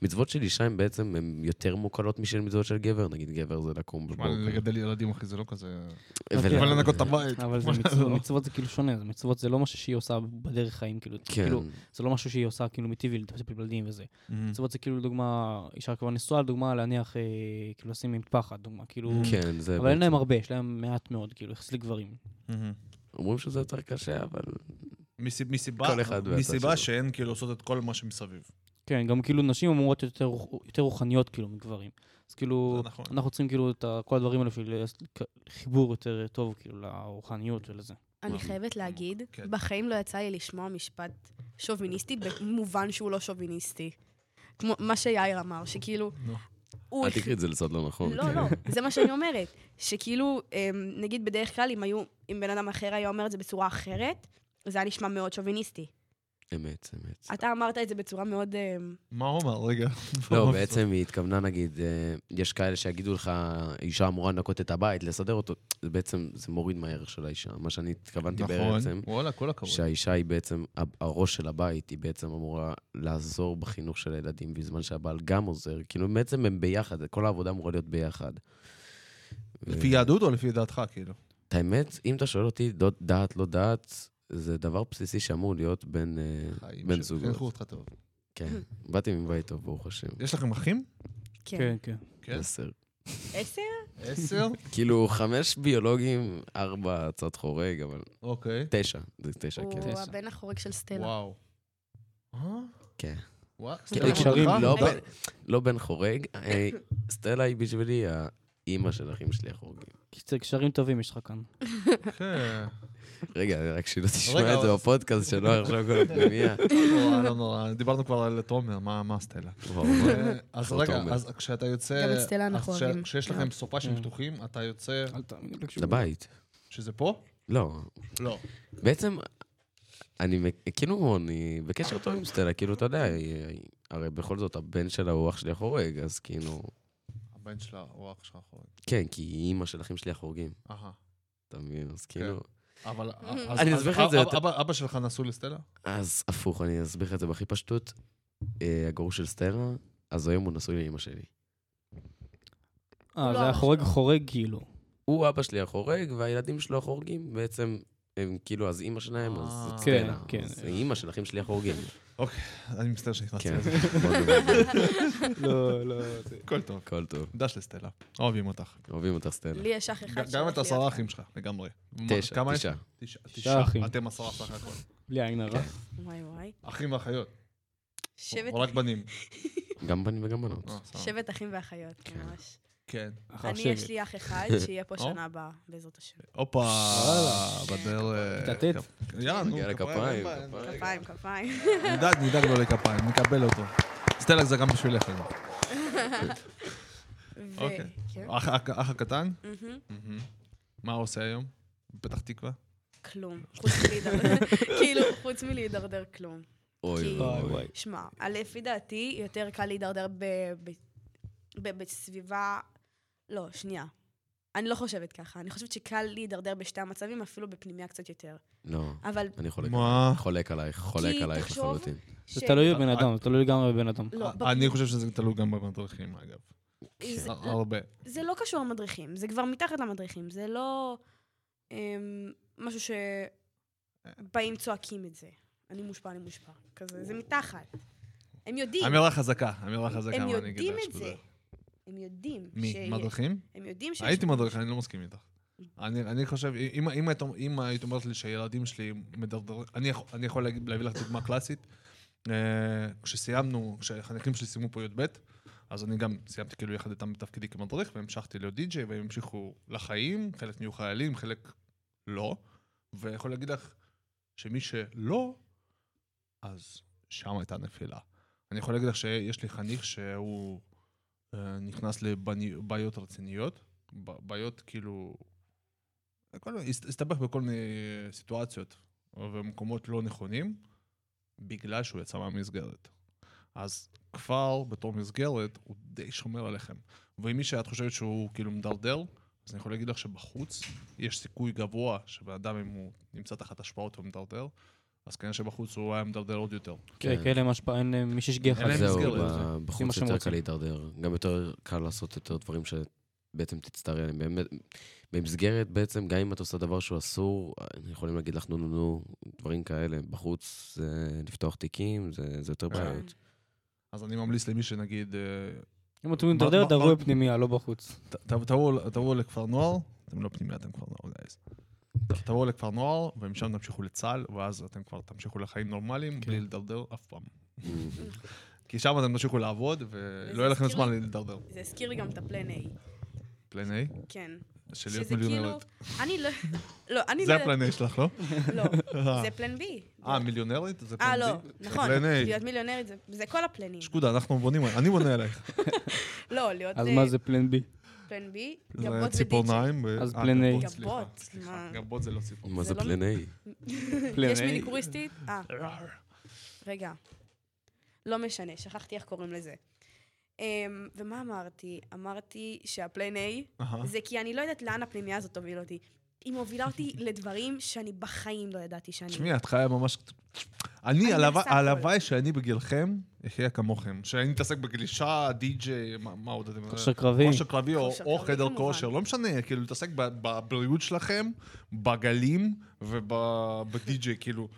מצוות של אישה הן בעצם הן יותר מוקלות משל מצוות של גבר, נגיד גבר זה לקום מה, לגדל ילדים, אחי, זה לא כזה... אוקיי. אבל אבל כן. לנקות את הבית. אבל זה כמו מצוות- שזה לא. מצוות זה כאילו שונה, זה מצוות זה לא משהו שהיא עושה בדרך חיים, כאילו, כן. כאילו, זה לא משהו שהיא עושה כאילו מטבעי לטפל בילדים וזה. Mm. מצוות זה כאילו, לדוגמה, אישה כבר נשואה, לדוגמה, להניח, אה, כאילו, לשים עם פחד, דוגמה, כאילו... Mm. כן, זה... אבל אין בעצם- להם הרבה, יש להם מעט מאוד, כאילו, יחסית לגברים. אומרים שזה יותר קשה, אבל... מסיב- מסיבה, כל אחד והצד מסיבה שלו. שהן כאילו עושות את כל מה שמסביב. כן, גם כאילו נשים אמורות יותר, רוח- יותר רוחניות, כאילו, מגברים. אז כאילו, זה נכון. אנחנו צריכים כאילו את ה- כל הדברים האלה של אה, חיבור יותר טוב, כאילו, לרוחניות ולזה. אני חייבת להגיד, כן. בחיים לא יצא לי לשמוע משפט שוביניסטי במובן שהוא לא שוביניסטי. כמו מה שיאיר אמר, שכאילו, נו. הוא אל תקראי את זה לצד לא נכון. לא, לא, זה מה שאני אומרת. שכאילו, אמ, נגיד בדרך כלל, אם היו, אם בן אדם אחר היה אומר את זה בצורה אחרת, זה היה נשמע מאוד שוביניסטי. אמת, אמת. אתה אמרת את זה בצורה מאוד... אמ, מה הוא אמר? רגע. לא, בעצם היא התכוונה, נגיד, אה, יש כאלה שיגידו לך, אישה אמורה לנקות את הבית, לסדר אותו. זה בעצם, זה מוריד מהערך של האישה. מה שאני התכוונתי בעצם, נכון, וואלה, כל הכבוד. שהאישה היא בעצם, ה- הראש של הבית, היא בעצם אמורה לעזור בחינוך של הילדים, בזמן שהבעל גם עוזר. כאילו, בעצם הם ביחד, כל העבודה אמורה להיות ביחד. לפי יהדות או לפי דעתך, כאילו? את האמת, אם אתה שואל אותי, דוד- דעת, לא דעת, זה דבר בסיסי שאמור להיות בין, אה, חיים בין שלי, חינכו זוגות. אותך טוב. כן, באתי מבית טוב, ברוך השם. יש לכם אחים? כן. כן. כן. עשר. עשר? עשר? כאילו, חמש ביולוגים, ארבע צד חורג, אבל אוקיי. תשע. זה תשע, כן. הוא תשע. הבן החורג של סטלה. וואו. אה? כן. וואו. כאילו, סליחה, קשרים, סליחה, לא מודה. בן- לא בן חורג, אה, סטלה היא בשבילי האימא של אחים שלי החורגים. קיצר, קשרים טובים יש לך כאן. אה, כן. רגע, רק שלא רגע, תשמע את זה אבל- בפודקאסט, שלא יחשוב כל הפנימייה. לא נורא, לא נורא. דיברנו כבר על תומר, מה מה סטלה? וואו, וואו. אה, אז אחלה רגע, לא, תומר. אז כשאתה יוצא... גם את סטלה אנחנו אז כש- אוהבים. כשיש לכם סופאשים פתוחים, אתה יוצא... אל תאמין לי כשהוא... לבית. שזה פה? לא, לא. בעצם, אני מק- כאילו, אני בקשר טוב עם סטלה, כאילו, אתה יודע, היא- היא- הרי בכל זאת הבן שלה הוא אח שלי החורג, אז כאילו, הבן שלה הוא אח שלך אחורי. כן, כי היא אימא של אחים שלי החורגים, אהה. אתה מבין? אז כן. כאילו... אבל... אה. אז- אני אז- אסביר לך את זה אבא- יותר- אבא- אבא שלך נשוי לסטלה? אז הפוך, אני אסביר לך את זה בהכי פשטות. אה, הגרוש של סטלה, אז היום הוא נשוי לאימא שלי. אה, לא זה היה ממש חורג לא. חורג, כאילו. הוא אבא שלי החורג, והילדים שלו החורגים בעצם... הם כאילו, אז אימא שלהם, אז אה. זאת כן, סטלה. כן. אז אימא של אחים שלי החורגים. אני מצטער שנכנסתי כן. לזה. מאוד אוהבים. לא, לא, זה... הכל טוב. הכל טוב. דש לסטלה. אוהבים אותך. אוהבים אותך, סטלה. לי יש אח אחד גם שהולך את עשרה להיות- אחים שלך, לגמרי. תשע, כמה יש? תשעה. תשעה. תשעה אחים. אתם עשרה סך הכל. בלי עין הרע. וואי וואי. אחים ואחיות. שבט- או רק בנים. גם בנים וגם בנות. אה, סבבה. שבט אחים ואחיות, ממש. כן. אני, יש לי אח אחד שיהיה פה או. שנה הבאה, בעזרת השם. הופה, וואלה. כן. בדרך. תתת. כפ- יאללה, נו, יאללה, כפיים. כפיים, אין בעיה. כפיים, כפיים. נדאג, נדאג לו לכפיים, נקבל אותו. סטלק זה גם בשבילך. אני אוקיי. אומר. ו- אוקיי. כן. אח- אח- אח הקטן? מהמם. מהמם. מה הוא עושה היום? בפתח תקווה? כלום. חוץ מלהידרדר, כאילו, חוץ מלהידרדר כלום. אוי כי- אוי אוי. שמע, על- לפי דעתי, יותר קל להידרדר ב- ב- ב- בסביבה... לא, שנייה. אני לא חושבת ככה. אני חושבת שקל להידרדר בשתי המצבים, אפילו בפנימיה קצת יותר. לא, אבל אני חולק. מה? חולק עלייך, חולק כי עלייך תחשוב- לחלוטין. ש... זה תלוי בבן אדם, זה תלוי לגמרי בבן אדם. לא, בפ- אה, אני חושב אה, שזה תלוי גם במדריכים, אגב. זה- הר- הרבה. זה לא קשור למדריכים, זה כבר מתחת למדריכים. זה לא אמ, משהו שבאים צועקים את זה. אני מושפע, אני מושפע. כזה, זה מתחת. הם יודעים, אמירה חזקה, אמירה חזקה, הם מה לא אני אגיד יודעים לך את שזה? זה. הם יודעים. מי? שיש- מדריכים? הם יודעים שיש... הייתי מדריך, אני לא מסכים איתך. אני, אני חושב, אם, אם, היית, אם היית אומרת לי שהילדים שלי מדרדרים, אני, יכול- אני יכול להגיד, להביא לך דוגמה קלאסית. אה, כשסיימנו, כשהחניכים שלי סיימו פה י"ב, אז אני גם סיימתי כאילו יחד איתם בתפקידי כמדריך, והמשכתי להיות די-ג'יי, והם המשיכו לחיים, חלק נהיו חיילים, חלק לא. ויכול להגיד לך שמי שלא, אז שם הייתה נפילה. אני יכול להגיד לך שיש לי חניך שהוא אה, נכנס לבעיות רציניות, ב- בעיות כאילו... הכל- הס- הסתבך בכל מיני סיטואציות ומקומות לא נכונים, בגלל שהוא יצא מהמסגרת. אז כבר בתור מסגרת, הוא די שומר עליכם. ומי שאת חושבת שהוא כאילו מדרדר, אז אני יכול להגיד לך שבחוץ יש סיכוי גבוה שבן אדם, אם הוא נמצא תחת השפעות הוא מדרדר, אז כנראה שבחוץ הוא היה מדרדר עוד יותר. כן, כן. כי אין להם השפעה, אין להם מי שישגיח אין אז עליהם. להם זהו, מסגרת, ב- זה- זה מה בחוץ שהם יותר קל רוצים. להידרדר. גם יותר קל לעשות יותר דברים שבעצם תצטערי עליהם. באמת, במסגרת בעצם, גם אם את עושה דבר שהוא אסור, יכולים להגיד לך נו נו נו, דברים כאלה. בחוץ זה לפתוח תיקים, זה זה יותר כן. בעיות. אז אני ממליץ למי שנגיד, אה, אם אתם מה- מדרדר, מה- דרגו מה- בפנימיה, לא בחוץ. ת- ת- תבואו תבואו לכפר נוער, אתם לא פנימי, אתם כפר נוער, guys. ת- תבואו לכפר נוער, ומשם תמשיכו לצה"ל, ואז אתם כבר תמשיכו לחיים כן. נורמליים, בלי לדרדר אף פעם. כי שם אתם תמשיכו לעבוד, ולא וזה כאילו- יהיה לכם הזכיר זמן לי- לדרדר. זה הזכיר לי גם את הפלן A, פלן איי? כן. של להיות שזה כאילו- מיליונרת. אני לא... לא, אני לא... זה הפלן איי שלך, לא? לא, זה פלן B. אה, מיליונרית? זה אה, פלן לא, B? נכון. פלן A. להיות מיליונרית, זה- זה כל הפלנים. שקודה, אנחנו בונים, אני בונה עלייך. לא, להיות אז אה, מה זה פלן בי? פלן B, זה גבות ודיג'י. ציפורניים. ו- אז אה, פלן A. גבות, סליחה, גבות, סליחה, מה? גבות זה לא ציפורניים. מה זה זה לא- פלן A? פלן יש A. מיניקוריסטית? אה, רגע. לא משנה, שכחתי איך קוראים לזה. אמ, ומה אמרתי? אמרתי שהפלן A אהה. זה כי אני לא יודעת לאן הפנימייה הזאת תוביל אותי. היא מובילה אותי לדברים שאני בחיים לא ידעתי שאני... תשמעי, את חיה ממש... אני, אני הלוואי- מנסה הכל. הלוואי שאני בגילכם אחיה כמוכם. שאני מתעסק בגלישה, די-ג'יי, מה מה עוד אתם... כושר קרבי. כושר קרבי או כושר או קרבי, חדר כמובן. כושר, לא משנה, כאילו, להתעסק ב- בבריאות שלכם, בגלים ובדי-ג'יי, כאילו...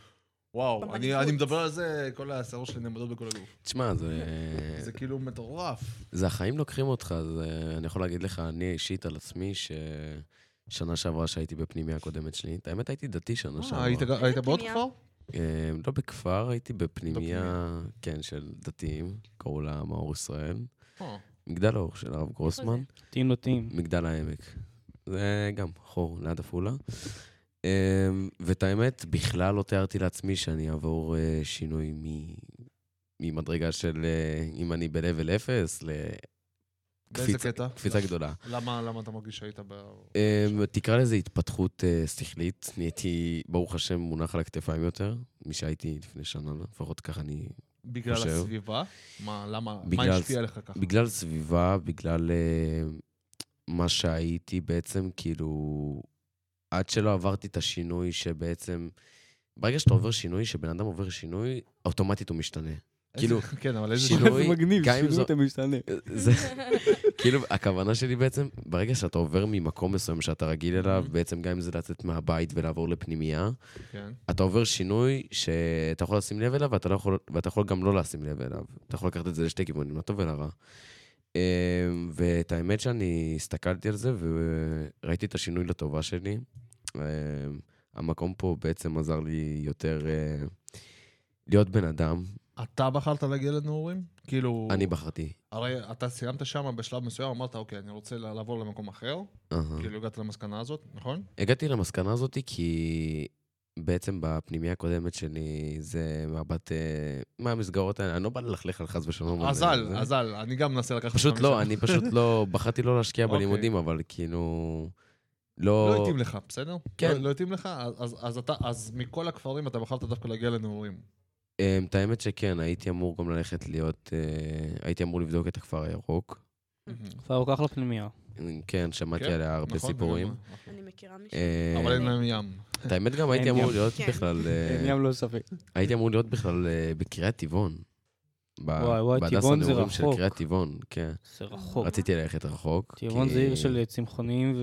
וואו, אני במנהיגות. אני מדבר על זה, כל השערות שלי נעמדות בכל הגוף. תשמע, זה... זה כאילו מטורף. זה החיים לוקחים אותך, אז אה, אני יכול להגיד לך, אני אישית על עצמי, ששנה שעברה שהייתי בפנימיה הקודמת שלי, את האמת הייתי דתי שנה אה, שעברה. היית- היית בעוד פנימייה? כפר? אה, לא בכפר, הייתי בפנימיה, לא בפנימיה. כן, של דתיים, קראו לה מאור ישראל. אה. מגדל האור של הרב גרוסמן, תהיים נוטים. מגדל העמק. זה גם חור ליד עפולה. אה, ואת האמת, בכלל לא תיארתי לעצמי שאני אעבור אה, שינוי מ- ממדרגה של אה, אם אני ב-level 0 באיזה לקפיצה קטע? לא. קפיצה גדולה. למה למה אתה מרגיש שהיית ב... אמ, תקרא לזה התפתחות אה, שכלית. נהייתי, ברוך השם, מונח על הכתפיים יותר, משהייתי לפני שנה, לפחות ככה אני... בגלל חושב. הסביבה? מה, למה, מה בגלל- השפיע עליך ככה? בגלל סביבה, בגלל אה, מה שהייתי בעצם, כאילו... עד שלא עברתי את השינוי שבעצם... ברגע שאתה עובר שינוי, שבן אדם עובר שינוי, אוטומטית הוא משתנה. איזה- כאילו, כן, אבל איזה שינוי- זה מגניב, גם אם שינו זו- אה, אותם משתנה. זה, כאילו, הכוונה שלי בעצם, ברגע שאתה עובר ממקום מסוים שאתה רגיל אליו, בעצם גם אם זה לצאת מהבית ולעבור לפנימייה, כן. אתה עובר שינוי שאתה יכול לשים לב אליו, ואתה, לא יכול, ואתה יכול גם לא לשים לב אליו. אתה יכול לקחת את זה לשתי כיוונים, לא לטוב ולרע. אמ, ואת האמת שאני הסתכלתי על זה וראיתי את השינוי לטובה שלי. אמ, המקום פה בעצם עזר לי יותר אה, להיות בן אדם. אתה בחרת להגיע לנעורים? כאילו... אני בחרתי. הרי אתה סיימת שם בשלב מסוים, אמרת, אוקיי, אני רוצה ל- לעבור למקום אחר. אהה. כאילו, הגעת למסקנה הזאת, נכון? הגעתי למסקנה הזאת כי בעצם בפנימייה הקודמת שלי זה מבט אה, מהמסגרות האלה, אני לא בא ללכלך על חס ושלום. על אזל, זה. אזל, אני גם מנסה לקחת... פשוט אותך לא, משם. אני פשוט לא, בחרתי לא להשקיע אוקיי. בלימודים, אבל כאילו... לא לא... התאים לך, בסדר? כן. לא- לא התאים לך? אז- אז- אז אתה, אז מכל הכפרים אתה בחרת דווקא להגיע לנעורים. אמ, את האמת שכן, הייתי אמור גם ללכת להיות... אה, הייתי אמור לבדוק את הכפר הירוק. כבר הוא לקח לפנימיה. כן, שמעתי כן, עליה הרבה נכון, סיפורים. בגלל זה. אני מכירה מישהו. אה, אבל אין להם ים. את האמת גם הייתי אין אמור ים. להיות כן. בכלל... אה, אין ים לא ספק. הייתי אמור להיות בכלל אה, בקריית טבעון. ב- וואי, וואי, בהדסה טבעון זה הנעורים של רחוק. קריית טבעון, כן. זה רחוק. רציתי ללכת רחוק. טבעון כי- זה עיר של צמחונים ו...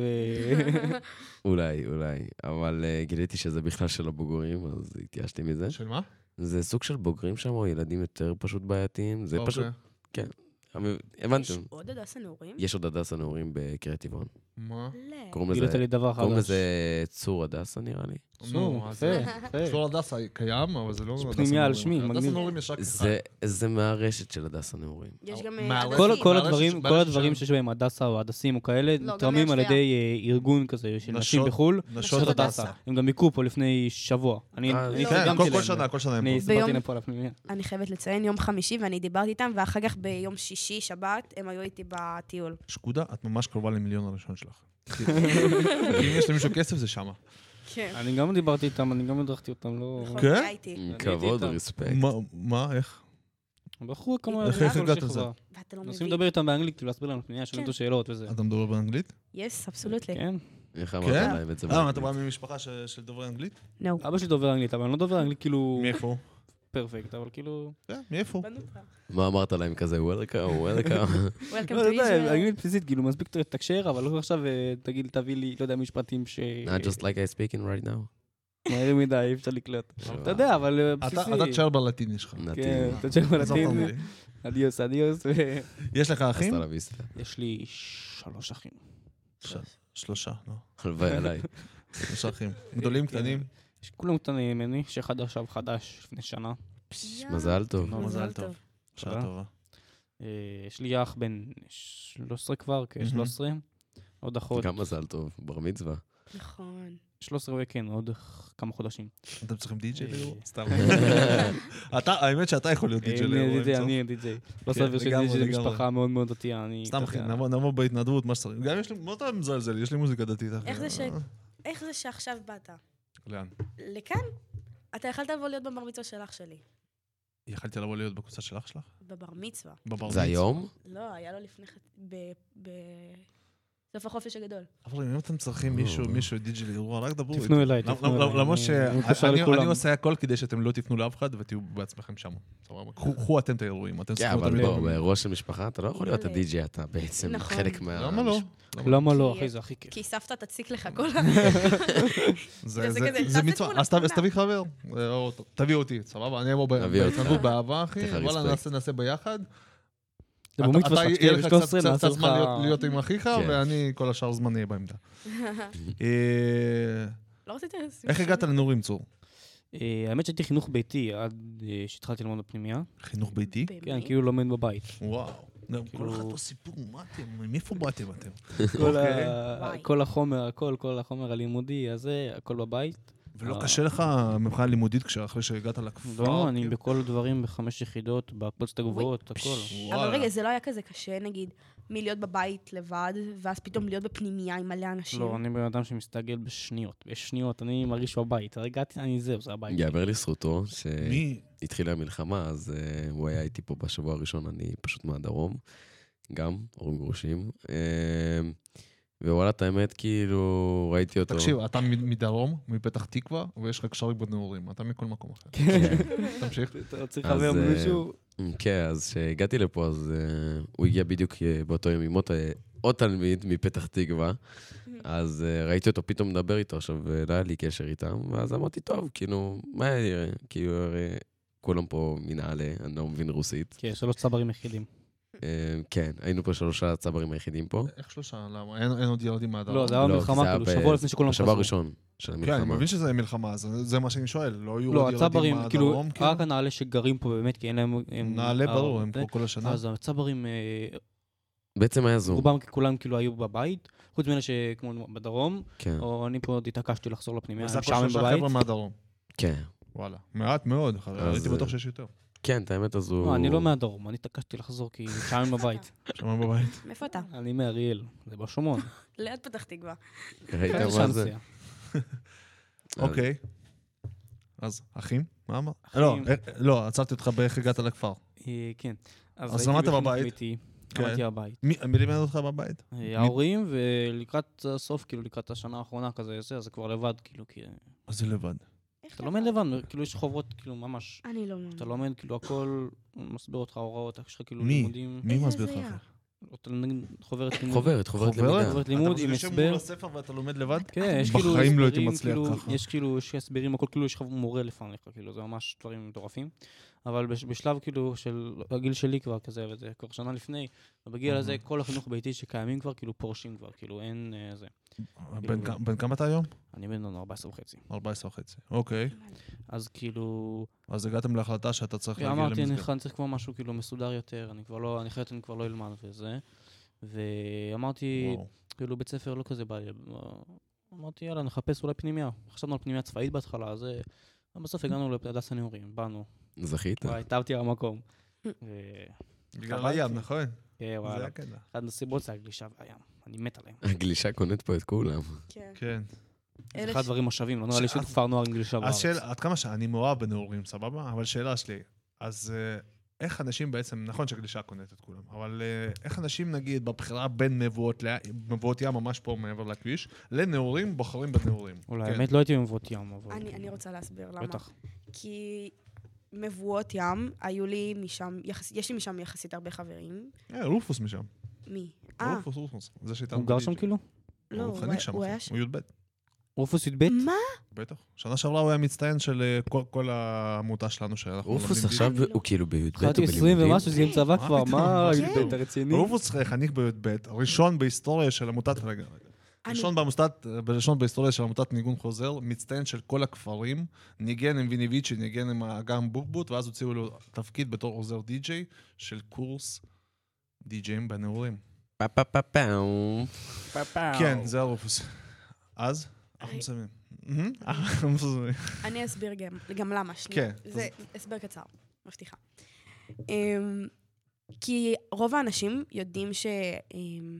אולי, אולי. אבל אה, גיליתי שזה בכלל של הבוגרים, אז התייאשתי מזה. של מה? זה סוג של בוגרים שם, או ילדים יותר פשוט בעייתיים. זה פשוט... אמ, אוקיי. יש הבנתם. עוד הדסה נעורים? יש עוד הדסה נעורים בקריית טבעון. מה? לא. קוראים לזה- גילית כאילו, לי דבר חדש. קוראים לזה צור הדסה, נראה לי. נו, אסור, אז- יפה, יפה. צור הדסה קיים, אבל זה לא... יש הדסה פנימייה על נעורים. שמי, הדסה מגניב. נעורים יש רק אחד. זה- זה מהרשת של הדס הנעורים. יש גם מה, אה, אבל- כל, הדסים. כל, ברשת- הדברים, כל ברשת הדברים שם. שיש בהם הדסה או הדסים או כאלה, לא, גם נתרמים יש על דעה. ידי אה, ארגון כזה של נשים נשות- בחו"ל. נשות נשות הדסה. הדסה. הם גם ביקרו פה לפני שבוע. אני אה, אני לא, כן, תרגמתי כל- כל להם. שנה, כל שנה הם אני פה. הסברתי ביום- להם פה על הפנימיה. אני חייבת לציין, יום חמישי, ואני דיברתי איתם, ואחר כך ביום שישי, שבת, הם היו איתי בטיול. שקודה, את ממש קרובה למיליון הראשון שלך. כי- אם יש למישהו כסף, זה שמה. כן. אני גם דיברתי איתם, אני גם הדרכתי אותם, לא... נכון, כן? היה איתי. עם הייתי כבוד, איתם. ריספקט. מה- מה, איך? בחור כמה... איך- איך כל הגעת שכבה. לזה? ואתה לא מנסים מבין. לדבר איתם באנגלית, כאילו להסביר להם פנייה, שואלים כן. אותו שאלות וזה. אתה מדבר באנגלית? יס, אבסולוטלי. כן. איך כן? אמרת להם את זה? למה, אתה בא ממשפחה ש- של דוברי אנגלית? נו. אבא שלי דובר אנגלית, אבל אני לא דובר אנגלית כאילו מאיפה הוא? פרפקט, אבל כאילו... כן, מאיפה הוא? מה אמרת להם כזה? Welcome, welcome. Welcome לא, to לא יודע, Israel. אנגלית בסיסית, כאילו מספיק תקשר, אבל לא עכשיו אה, תגיד, תביא לי, לא יודע, משפטים ש... Not just like I speak in right now. מהר מדי, אי אפשר לקלוט. אתה יודע, אבל אה, אתה בסיסי. אתה תשאר בלטיני שלך. כן, נתיב. אתה תשאר עזוב את בלטין. האנגלית. אדיוס, אדיוס. ו- יש לך אחים? Hasta la vista. יש לי שלוש אחים. שלושה, לא. הלוואי עליי. שלושה אחים. גדולים, קטנים? יש- כולם קטנים ממני, שאחד עכשיו חדש, לפני שנה. פש, לא, מזל טוב. נו, מזל טוב. שעה תודה. טובה. אה, יש לי אח בן 13 כבר, כ-13. עוד אחות, גם מזל טוב, בר מצווה. נכון. 13 וכן, עוד ח- כמה חודשים. אתם צריכים די.ג'יי אה. ליאור? סתם. אתה, האמת שאתה יכול להיות די.ג'יי ליאור. אני אם צריך. די.ג'יי, אני די.ג'יי. לא כן, סביר לגמרי, שדי.ג'יי זה לגמרי. משפחה מאוד מאוד דתייה, אני... סתם אתה אחי, יודע. נבוא נבוא בהתנדבות, מה שצריך. גם יש לי, מה אתה מזלזל? יש לי מוזיקה דתית אחי. איך זה ש- אה, איך זה שעכשיו באת? לאן? לכאן? אתה יכלת לבוא להיות בבר מצווה של אח שלי. יכלתי לבוא להיות בקבוצה של אח שלך? בבר מצווה. בבר זה מצווה. היום? לא, היה לו לפני חצי... בסוף החופש הגדול. אבל אם אתם צריכים לא, מישהו, מישהו די.ג'י ליאור, רק דברו. תפנו אליי, למ- תפנו למ- אליי. למרות אני- אני מתקשר לכולם. שאני עושה הכל כדי שאתם לא תפנו לאף אחד ותהיו בעצמכם שם. סבבה? קחו קחו אתם את האירועים, אתם כן, צריכים אותם אבל איתו. בוא, באירוע של משפחה אתה לא יכול להיות אבל- הדי-ג'יי, אתה בעצם נכון. חלק מה... למה לא? למה לא, כי- אחי, זה הכי כיף. כי סבתא תציק לך כל ה... זה- זה זה- כזה, זה תעשה מצווה, תמונה, אז ת- אז תמונה. תביא חבר, אה, או ת- תביא אותי, סבבה? אני אבוא ב- נביא אותך. בהתנדבות באהבה, אחי, תכף וואלה, respect. נעשה- נעשה ביחד. זה אתה- בומיט אתה- ושחק, יהיה לך קצת- 13, קצת- קצת נעשה לך... זמן להיות- להיות עם אחיך, כן. ואני כל השאר זמן אהיה בעמדה. אה, לא רציתי לשים. איך הגעת לנורים צור? אה, האמת שהייתי חינוך ביתי עד אה, שהתחלתי ללמוד בפנימייה. חינוך ביתי? באמת? כן, כאילו לומד בבית. וואו. כאילו, אה, גם לא, כל אחד פה סיפור, מה אתם, מאיפה באתם אתם? כל ה- וואי. כל החומר, הכל, כל החומר הלימודי הזה, הכל בבית. ולא אה. קשה לך מבחינה לימודית כשאחרי שהגעת לכפר? לא, אני כאילו? בכל הדברים בחמש יחידות, בקבוצות הגבוהות, הכל. אבל וואלה. רגע, זה לא היה כזה קשה, נגיד, מלהיות בבית לבד, ואז פתאום להיות בפנימייה עם מלא אנשים. לא, אני בן אדם שמסתגל בשניות. בשניות, אני מרגיש בבית. הגעתי, אני זהו, זה הבית. יאמר לזכותו שהתחילה מי? המלחמה, אז אה, הוא היה איתי פה בשבוע הראשון, אני פשוט מהדרום, גם, הורים גרושים. אה, ווואלה, את האמת, כאילו, ראיתי אותו. תקשיב, אתה מ- מדרום, מפתח תקווה, ויש לך קשרים בנעורים, אתה מכל מקום אחר. כן. תמשיך. אתה צריך אז, חבר אה, מישהו. אמ, כן, אז כשהגעתי לפה, אז אה, הוא הגיע בדיוק אה, באותו יום עם עוד, אה, עוד תלמיד מפתח תקווה, אז אה, ראיתי אותו פתאום מדבר איתו, עכשיו אה, לא היה לי קשר איתם, ואז אמרתי, טוב, כאילו, מה היה נראה? כאילו, הרי כולם פה מנעלה, אני לא מבין רוסית. כן, שלוש צברים יחידים. אה, כן, היינו פה שלושה צברים היחידים פה. איך שלושה? למה? אין אין עוד ילדים מהדרום. לא, זה היה לא, במלחמה, זה היה כאילו, ב- שבוע לפני שכולם בשבוע חזרו. הראשון של כן, אני המלחמה. מבין שזה מלחמה, זה זה מה שאני שואל, לא היו לא, עוד ילדים הצברים, כאילו, מהדרום? כאילו? רק הנעלה שגרים פה באמת, כי אין להם... הם- נעלה אה, ברור, הם זה- פה כל השנה. אז הצברים, אה, בעצם היה זום, רובם כולם כאילו היו בבית, חוץ מאלה שכמו בדרום, כן, או אני פה עוד התעקשתי לחזור לפנימיה, אז זה אני הכל שם שלושה בבית. חבר'ה מהדרום. כן. וואלה, מעט מאוד, חבר, אז, הייתי בטוח אה, שיש יותר. כן, את האמת, אז הוא... לא, אני לא מהדרום, אני התעקשתי לחזור כי שם בבית. שמע בבית. מאיפה אתה? אני מאריאל, זה בשומרון. ליד פתח תקווה. ראית אין מה זה? אה, שאנסיה. אז- אוקיי. אז, אחים? מה אמר? אחים. לא, אה, לא, עצרתי אותך באיך הגעת לכפר. אה, כן. אז הייתי למדת בחינוך בבית. ביתי, כן. למדתי בבית. מי מי לימד אותך בבית? אה, ההורים, ולקראת הסוף, כאילו לקראת השנה האחרונה כזה, זה, אז זה כבר לבד, כאילו, כי... מה זה לבד? איך אתה לומד לבד, כאילו יש חובות, כאילו, ממש. אני לא אתה מאמין. לומד, כאילו, הכל מסביר אותך הוראות, יש לך כאילו מי? לימודים. מי איזה מסביר לך? הזיה. אחי? אותו, נגיד, חוברת לימוד. חוברת, חוברת למידה. חוברת לימוד עם אתה הסבר. יושב מול הספר ואתה לומד לבד? כן, יש כאילו בחיים לא הייתי הסברים, מצליח כאילו, ככה. יש כאילו, יש הסברים, הכל כאילו, יש לך מורה לפניך, כאילו, זה ממש דברים מטורפים. אבל בש- בשלב כאילו של הגיל שלי כבר כזה, וזה כבר שנה לפני, ובגיל הזה כל החינוך ביתי שקיימים כבר, כאילו פורשים כבר, כאילו אין אה, זה. בן כ- בן כמה אתה היום? אני בן לנו 14 וחצי. 14 וחצי. אוקיי. אז כאילו, כן, אז הגעתם להחלטה שאתה צריך להגיע אמרתי, אני למסגרת. חייב- צריך כבר משהו כאילו מסודר יותר, אני כבר לא, אני חייבת, אני כבר לא אלמד וזה. ואמרתי, וואו. כאילו בית ספר לא כזה בא לי. אמרתי, יאללה, נחפש אולי פנימיה. חשבנו על פנימיה צבאית בהתחלה, אז אה, בסוף הגענו להדס הנעורים, באנו. זכית. וואי, התאהבתי במקום. ו- בגלל חבל, הים, כי- נכון? כן, זה וואלה. היה כזה. אחת הסיבות זה הגלישה והים, אני מת עליהם. הגלישה קונאת פה את כולם. כן. כן. אלה זה אחד ש- הדברים השווים, לא נראה לי שאז- שכפר נוער עם גלישה אז בארץ. שאלה, עד כמה שאני מאוהב בנעורים, סבבה? אבל שאלה שלי, אז אה, איך אנשים בעצם, נכון שגלישה קונאת את כולם, אבל אה, איך אנשים נגיד בבחירה בין מבואות ל- מבואות ים, ממש פה מעבר לכביש, לנעורים, בוחרים בנעורים? אולי, כן. האמת, לא הייתי במבואות ים, אבל... אני אני רוצה להסביר למה. בטח. כי מבואות ים, היו לי משם, יחס- יש לי משם יחסית הרבה חברים. אה, רופוס משם. מי? אה, רופוס, רופוס. זה שאיתנו. הוא גר ב-DJ. שם כאילו? לא, הוא הוא חניך היה- שם, הוא אחי. היה שם. הוא י"ב. רופוס י"ב? מה? בטח. שנה שעברה הוא היה מצטיין של אה, כל- כל העמותה שלנו שאנחנו רופוס לומדים עכשיו, אני לא- הוא כאילו בי"ב, הוא חייבתי 20 בלימודים. ומשהו, זה עם צבא מה כבר, פתאום? מה מה י"ב, פתאום? אתה רציני? רופוס חניך בי"ב, ראשון בהיסטוריה של עמותת... רגע, רגע. אני- ראשון בעמותת, ראשון בהיסטוריה של עמותת ניגון חוזר, מצטיין של כל הכפרים, ניגן עם ויניביצ'י, ניגן עם האגם בוטבוט, ואז הוציאו לו תפקיד בתור עוזר די-ג'יי של קורס די-ג'יים בנעורים. פה פה פה פאו. כן, זה הרופוס. אז? אנחנו מסיימים. מהמם, אנחנו מסיימים. אני אסביר גם, גם למה, שנייה. כן. זה הסבר קצר, מבטיחה. אמ, כי רוב האנשים יודעים ש... אמ,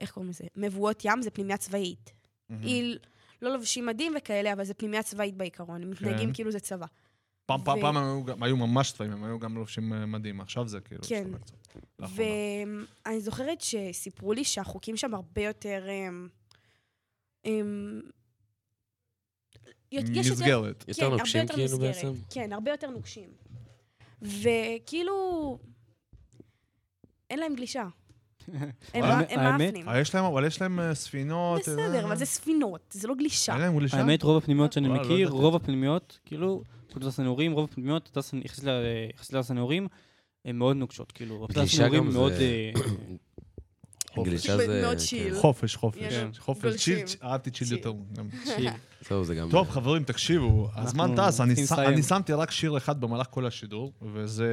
איך קוראים לזה? מבואות ים זה פנימייה צבאית. Mm. היא לא לובשים מדים וכאלה, אבל זה פנימייה צבאית בעיקרון. הם כן. מתנהגים כאילו זה צבא. פעם, פעם, ו- פעם היו גם- היו ממש צבעים, הם היו גם לובשים אה, מדים, עכשיו זה כאילו... כן. השתנה קצת, לאחרונה. ואני זוכרת שסיפרו לי שהחוקים שם הרבה יותר... אמ, אמ, יש כן, יותר- מסגרת. יותר נוקשים כאילו בעצם? כן, הרבה יותר נוקשים. וכאילו... אין להם גלישה. הם לא- האמת- הם האמת- מאפנים. אה, יש להם, אבל יש להם אה, ספינות... אה, בסדר, אבל זה ספינות, זה לא גלישה. אין להם גלישה? האמת, רוב הפנימיות שאני וואלה, לא מכיר, ידעתי. רוב הפנימיות, כאילו, חוץ מהסנעורים, רוב הפנימיות, הדס- יחסית ל- יחסית לסנעורים, הן מאוד נוקשות, כאילו, הדס גלישה הנעורים גם זה- מאוד... אה, גלישה ב- זה... מאוד כן. שיל. חופש, חופש. כן. חופש, צ'יל, גולשים. צ'- אהבתי צ'יל צ'יל. יותר. גם. שיל. זהו, כן. זה גם... טוב, חברים, תקשיבו, הזמן אנחנו טס, אני צריכים ש- לסיים. אני שמתי רק שיר אחד במהלך כל השידור, וזה,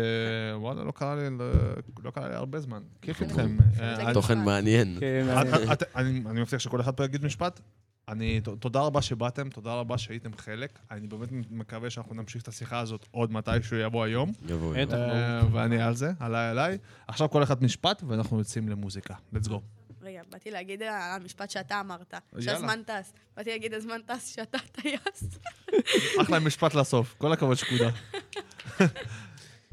וואלה, לא קרה לי, ל- לא קרה לי הרבה זמן. כיף איתכם. אה, אני- תוכן מעניין. כן, את- את- את- אני אני מבטיח שכל אחד פה יגיד משפט. אני, ת- תודה רבה שבאתם, תודה רבה שהייתם חלק. אני באמת מקווה שאנחנו נמשיך את השיחה הזאת עוד מתישהו יבוא היום. יבואו. בטח. אה, ואני על זה, עליי עליי. עכשיו כל אחד משפט, ואנחנו יוצאים למוזיקה. let's go. רגע, באתי להגיד על המשפט שאתה אמרת, יאללה. שהזמן טס. באתי להגיד, הזמן טס שאתה טייס. אחלה משפט לסוף, כל הכבוד שקודה.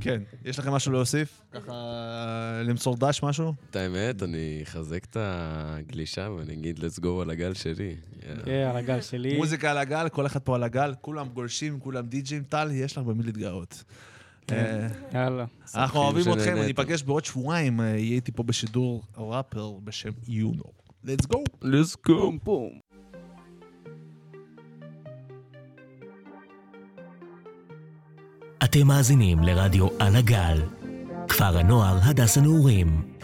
כן, יש לכם משהו להוסיף? ככה למסור דש משהו? את האמת, אני אחזק את הגלישה ואני אגיד, let's go על הגל שלי. יאללה. כן, על הגל שלי. מוזיקה על הגל, כל אחד פה על הגל, כולם גולשים, כולם די-ג'ים, טל, יש לך במי להתגאות. אה, יאללה. אנחנו אוהבים שנהנית. אתכם, אני אפגש בעוד שבועיים, אה, יהיה איתי פה בשידור ראפר בשם יונו. let's go. let's go. בום בום. אתם מאזינים לרדיו על הגל, כפר הנוער הדס הנעורים,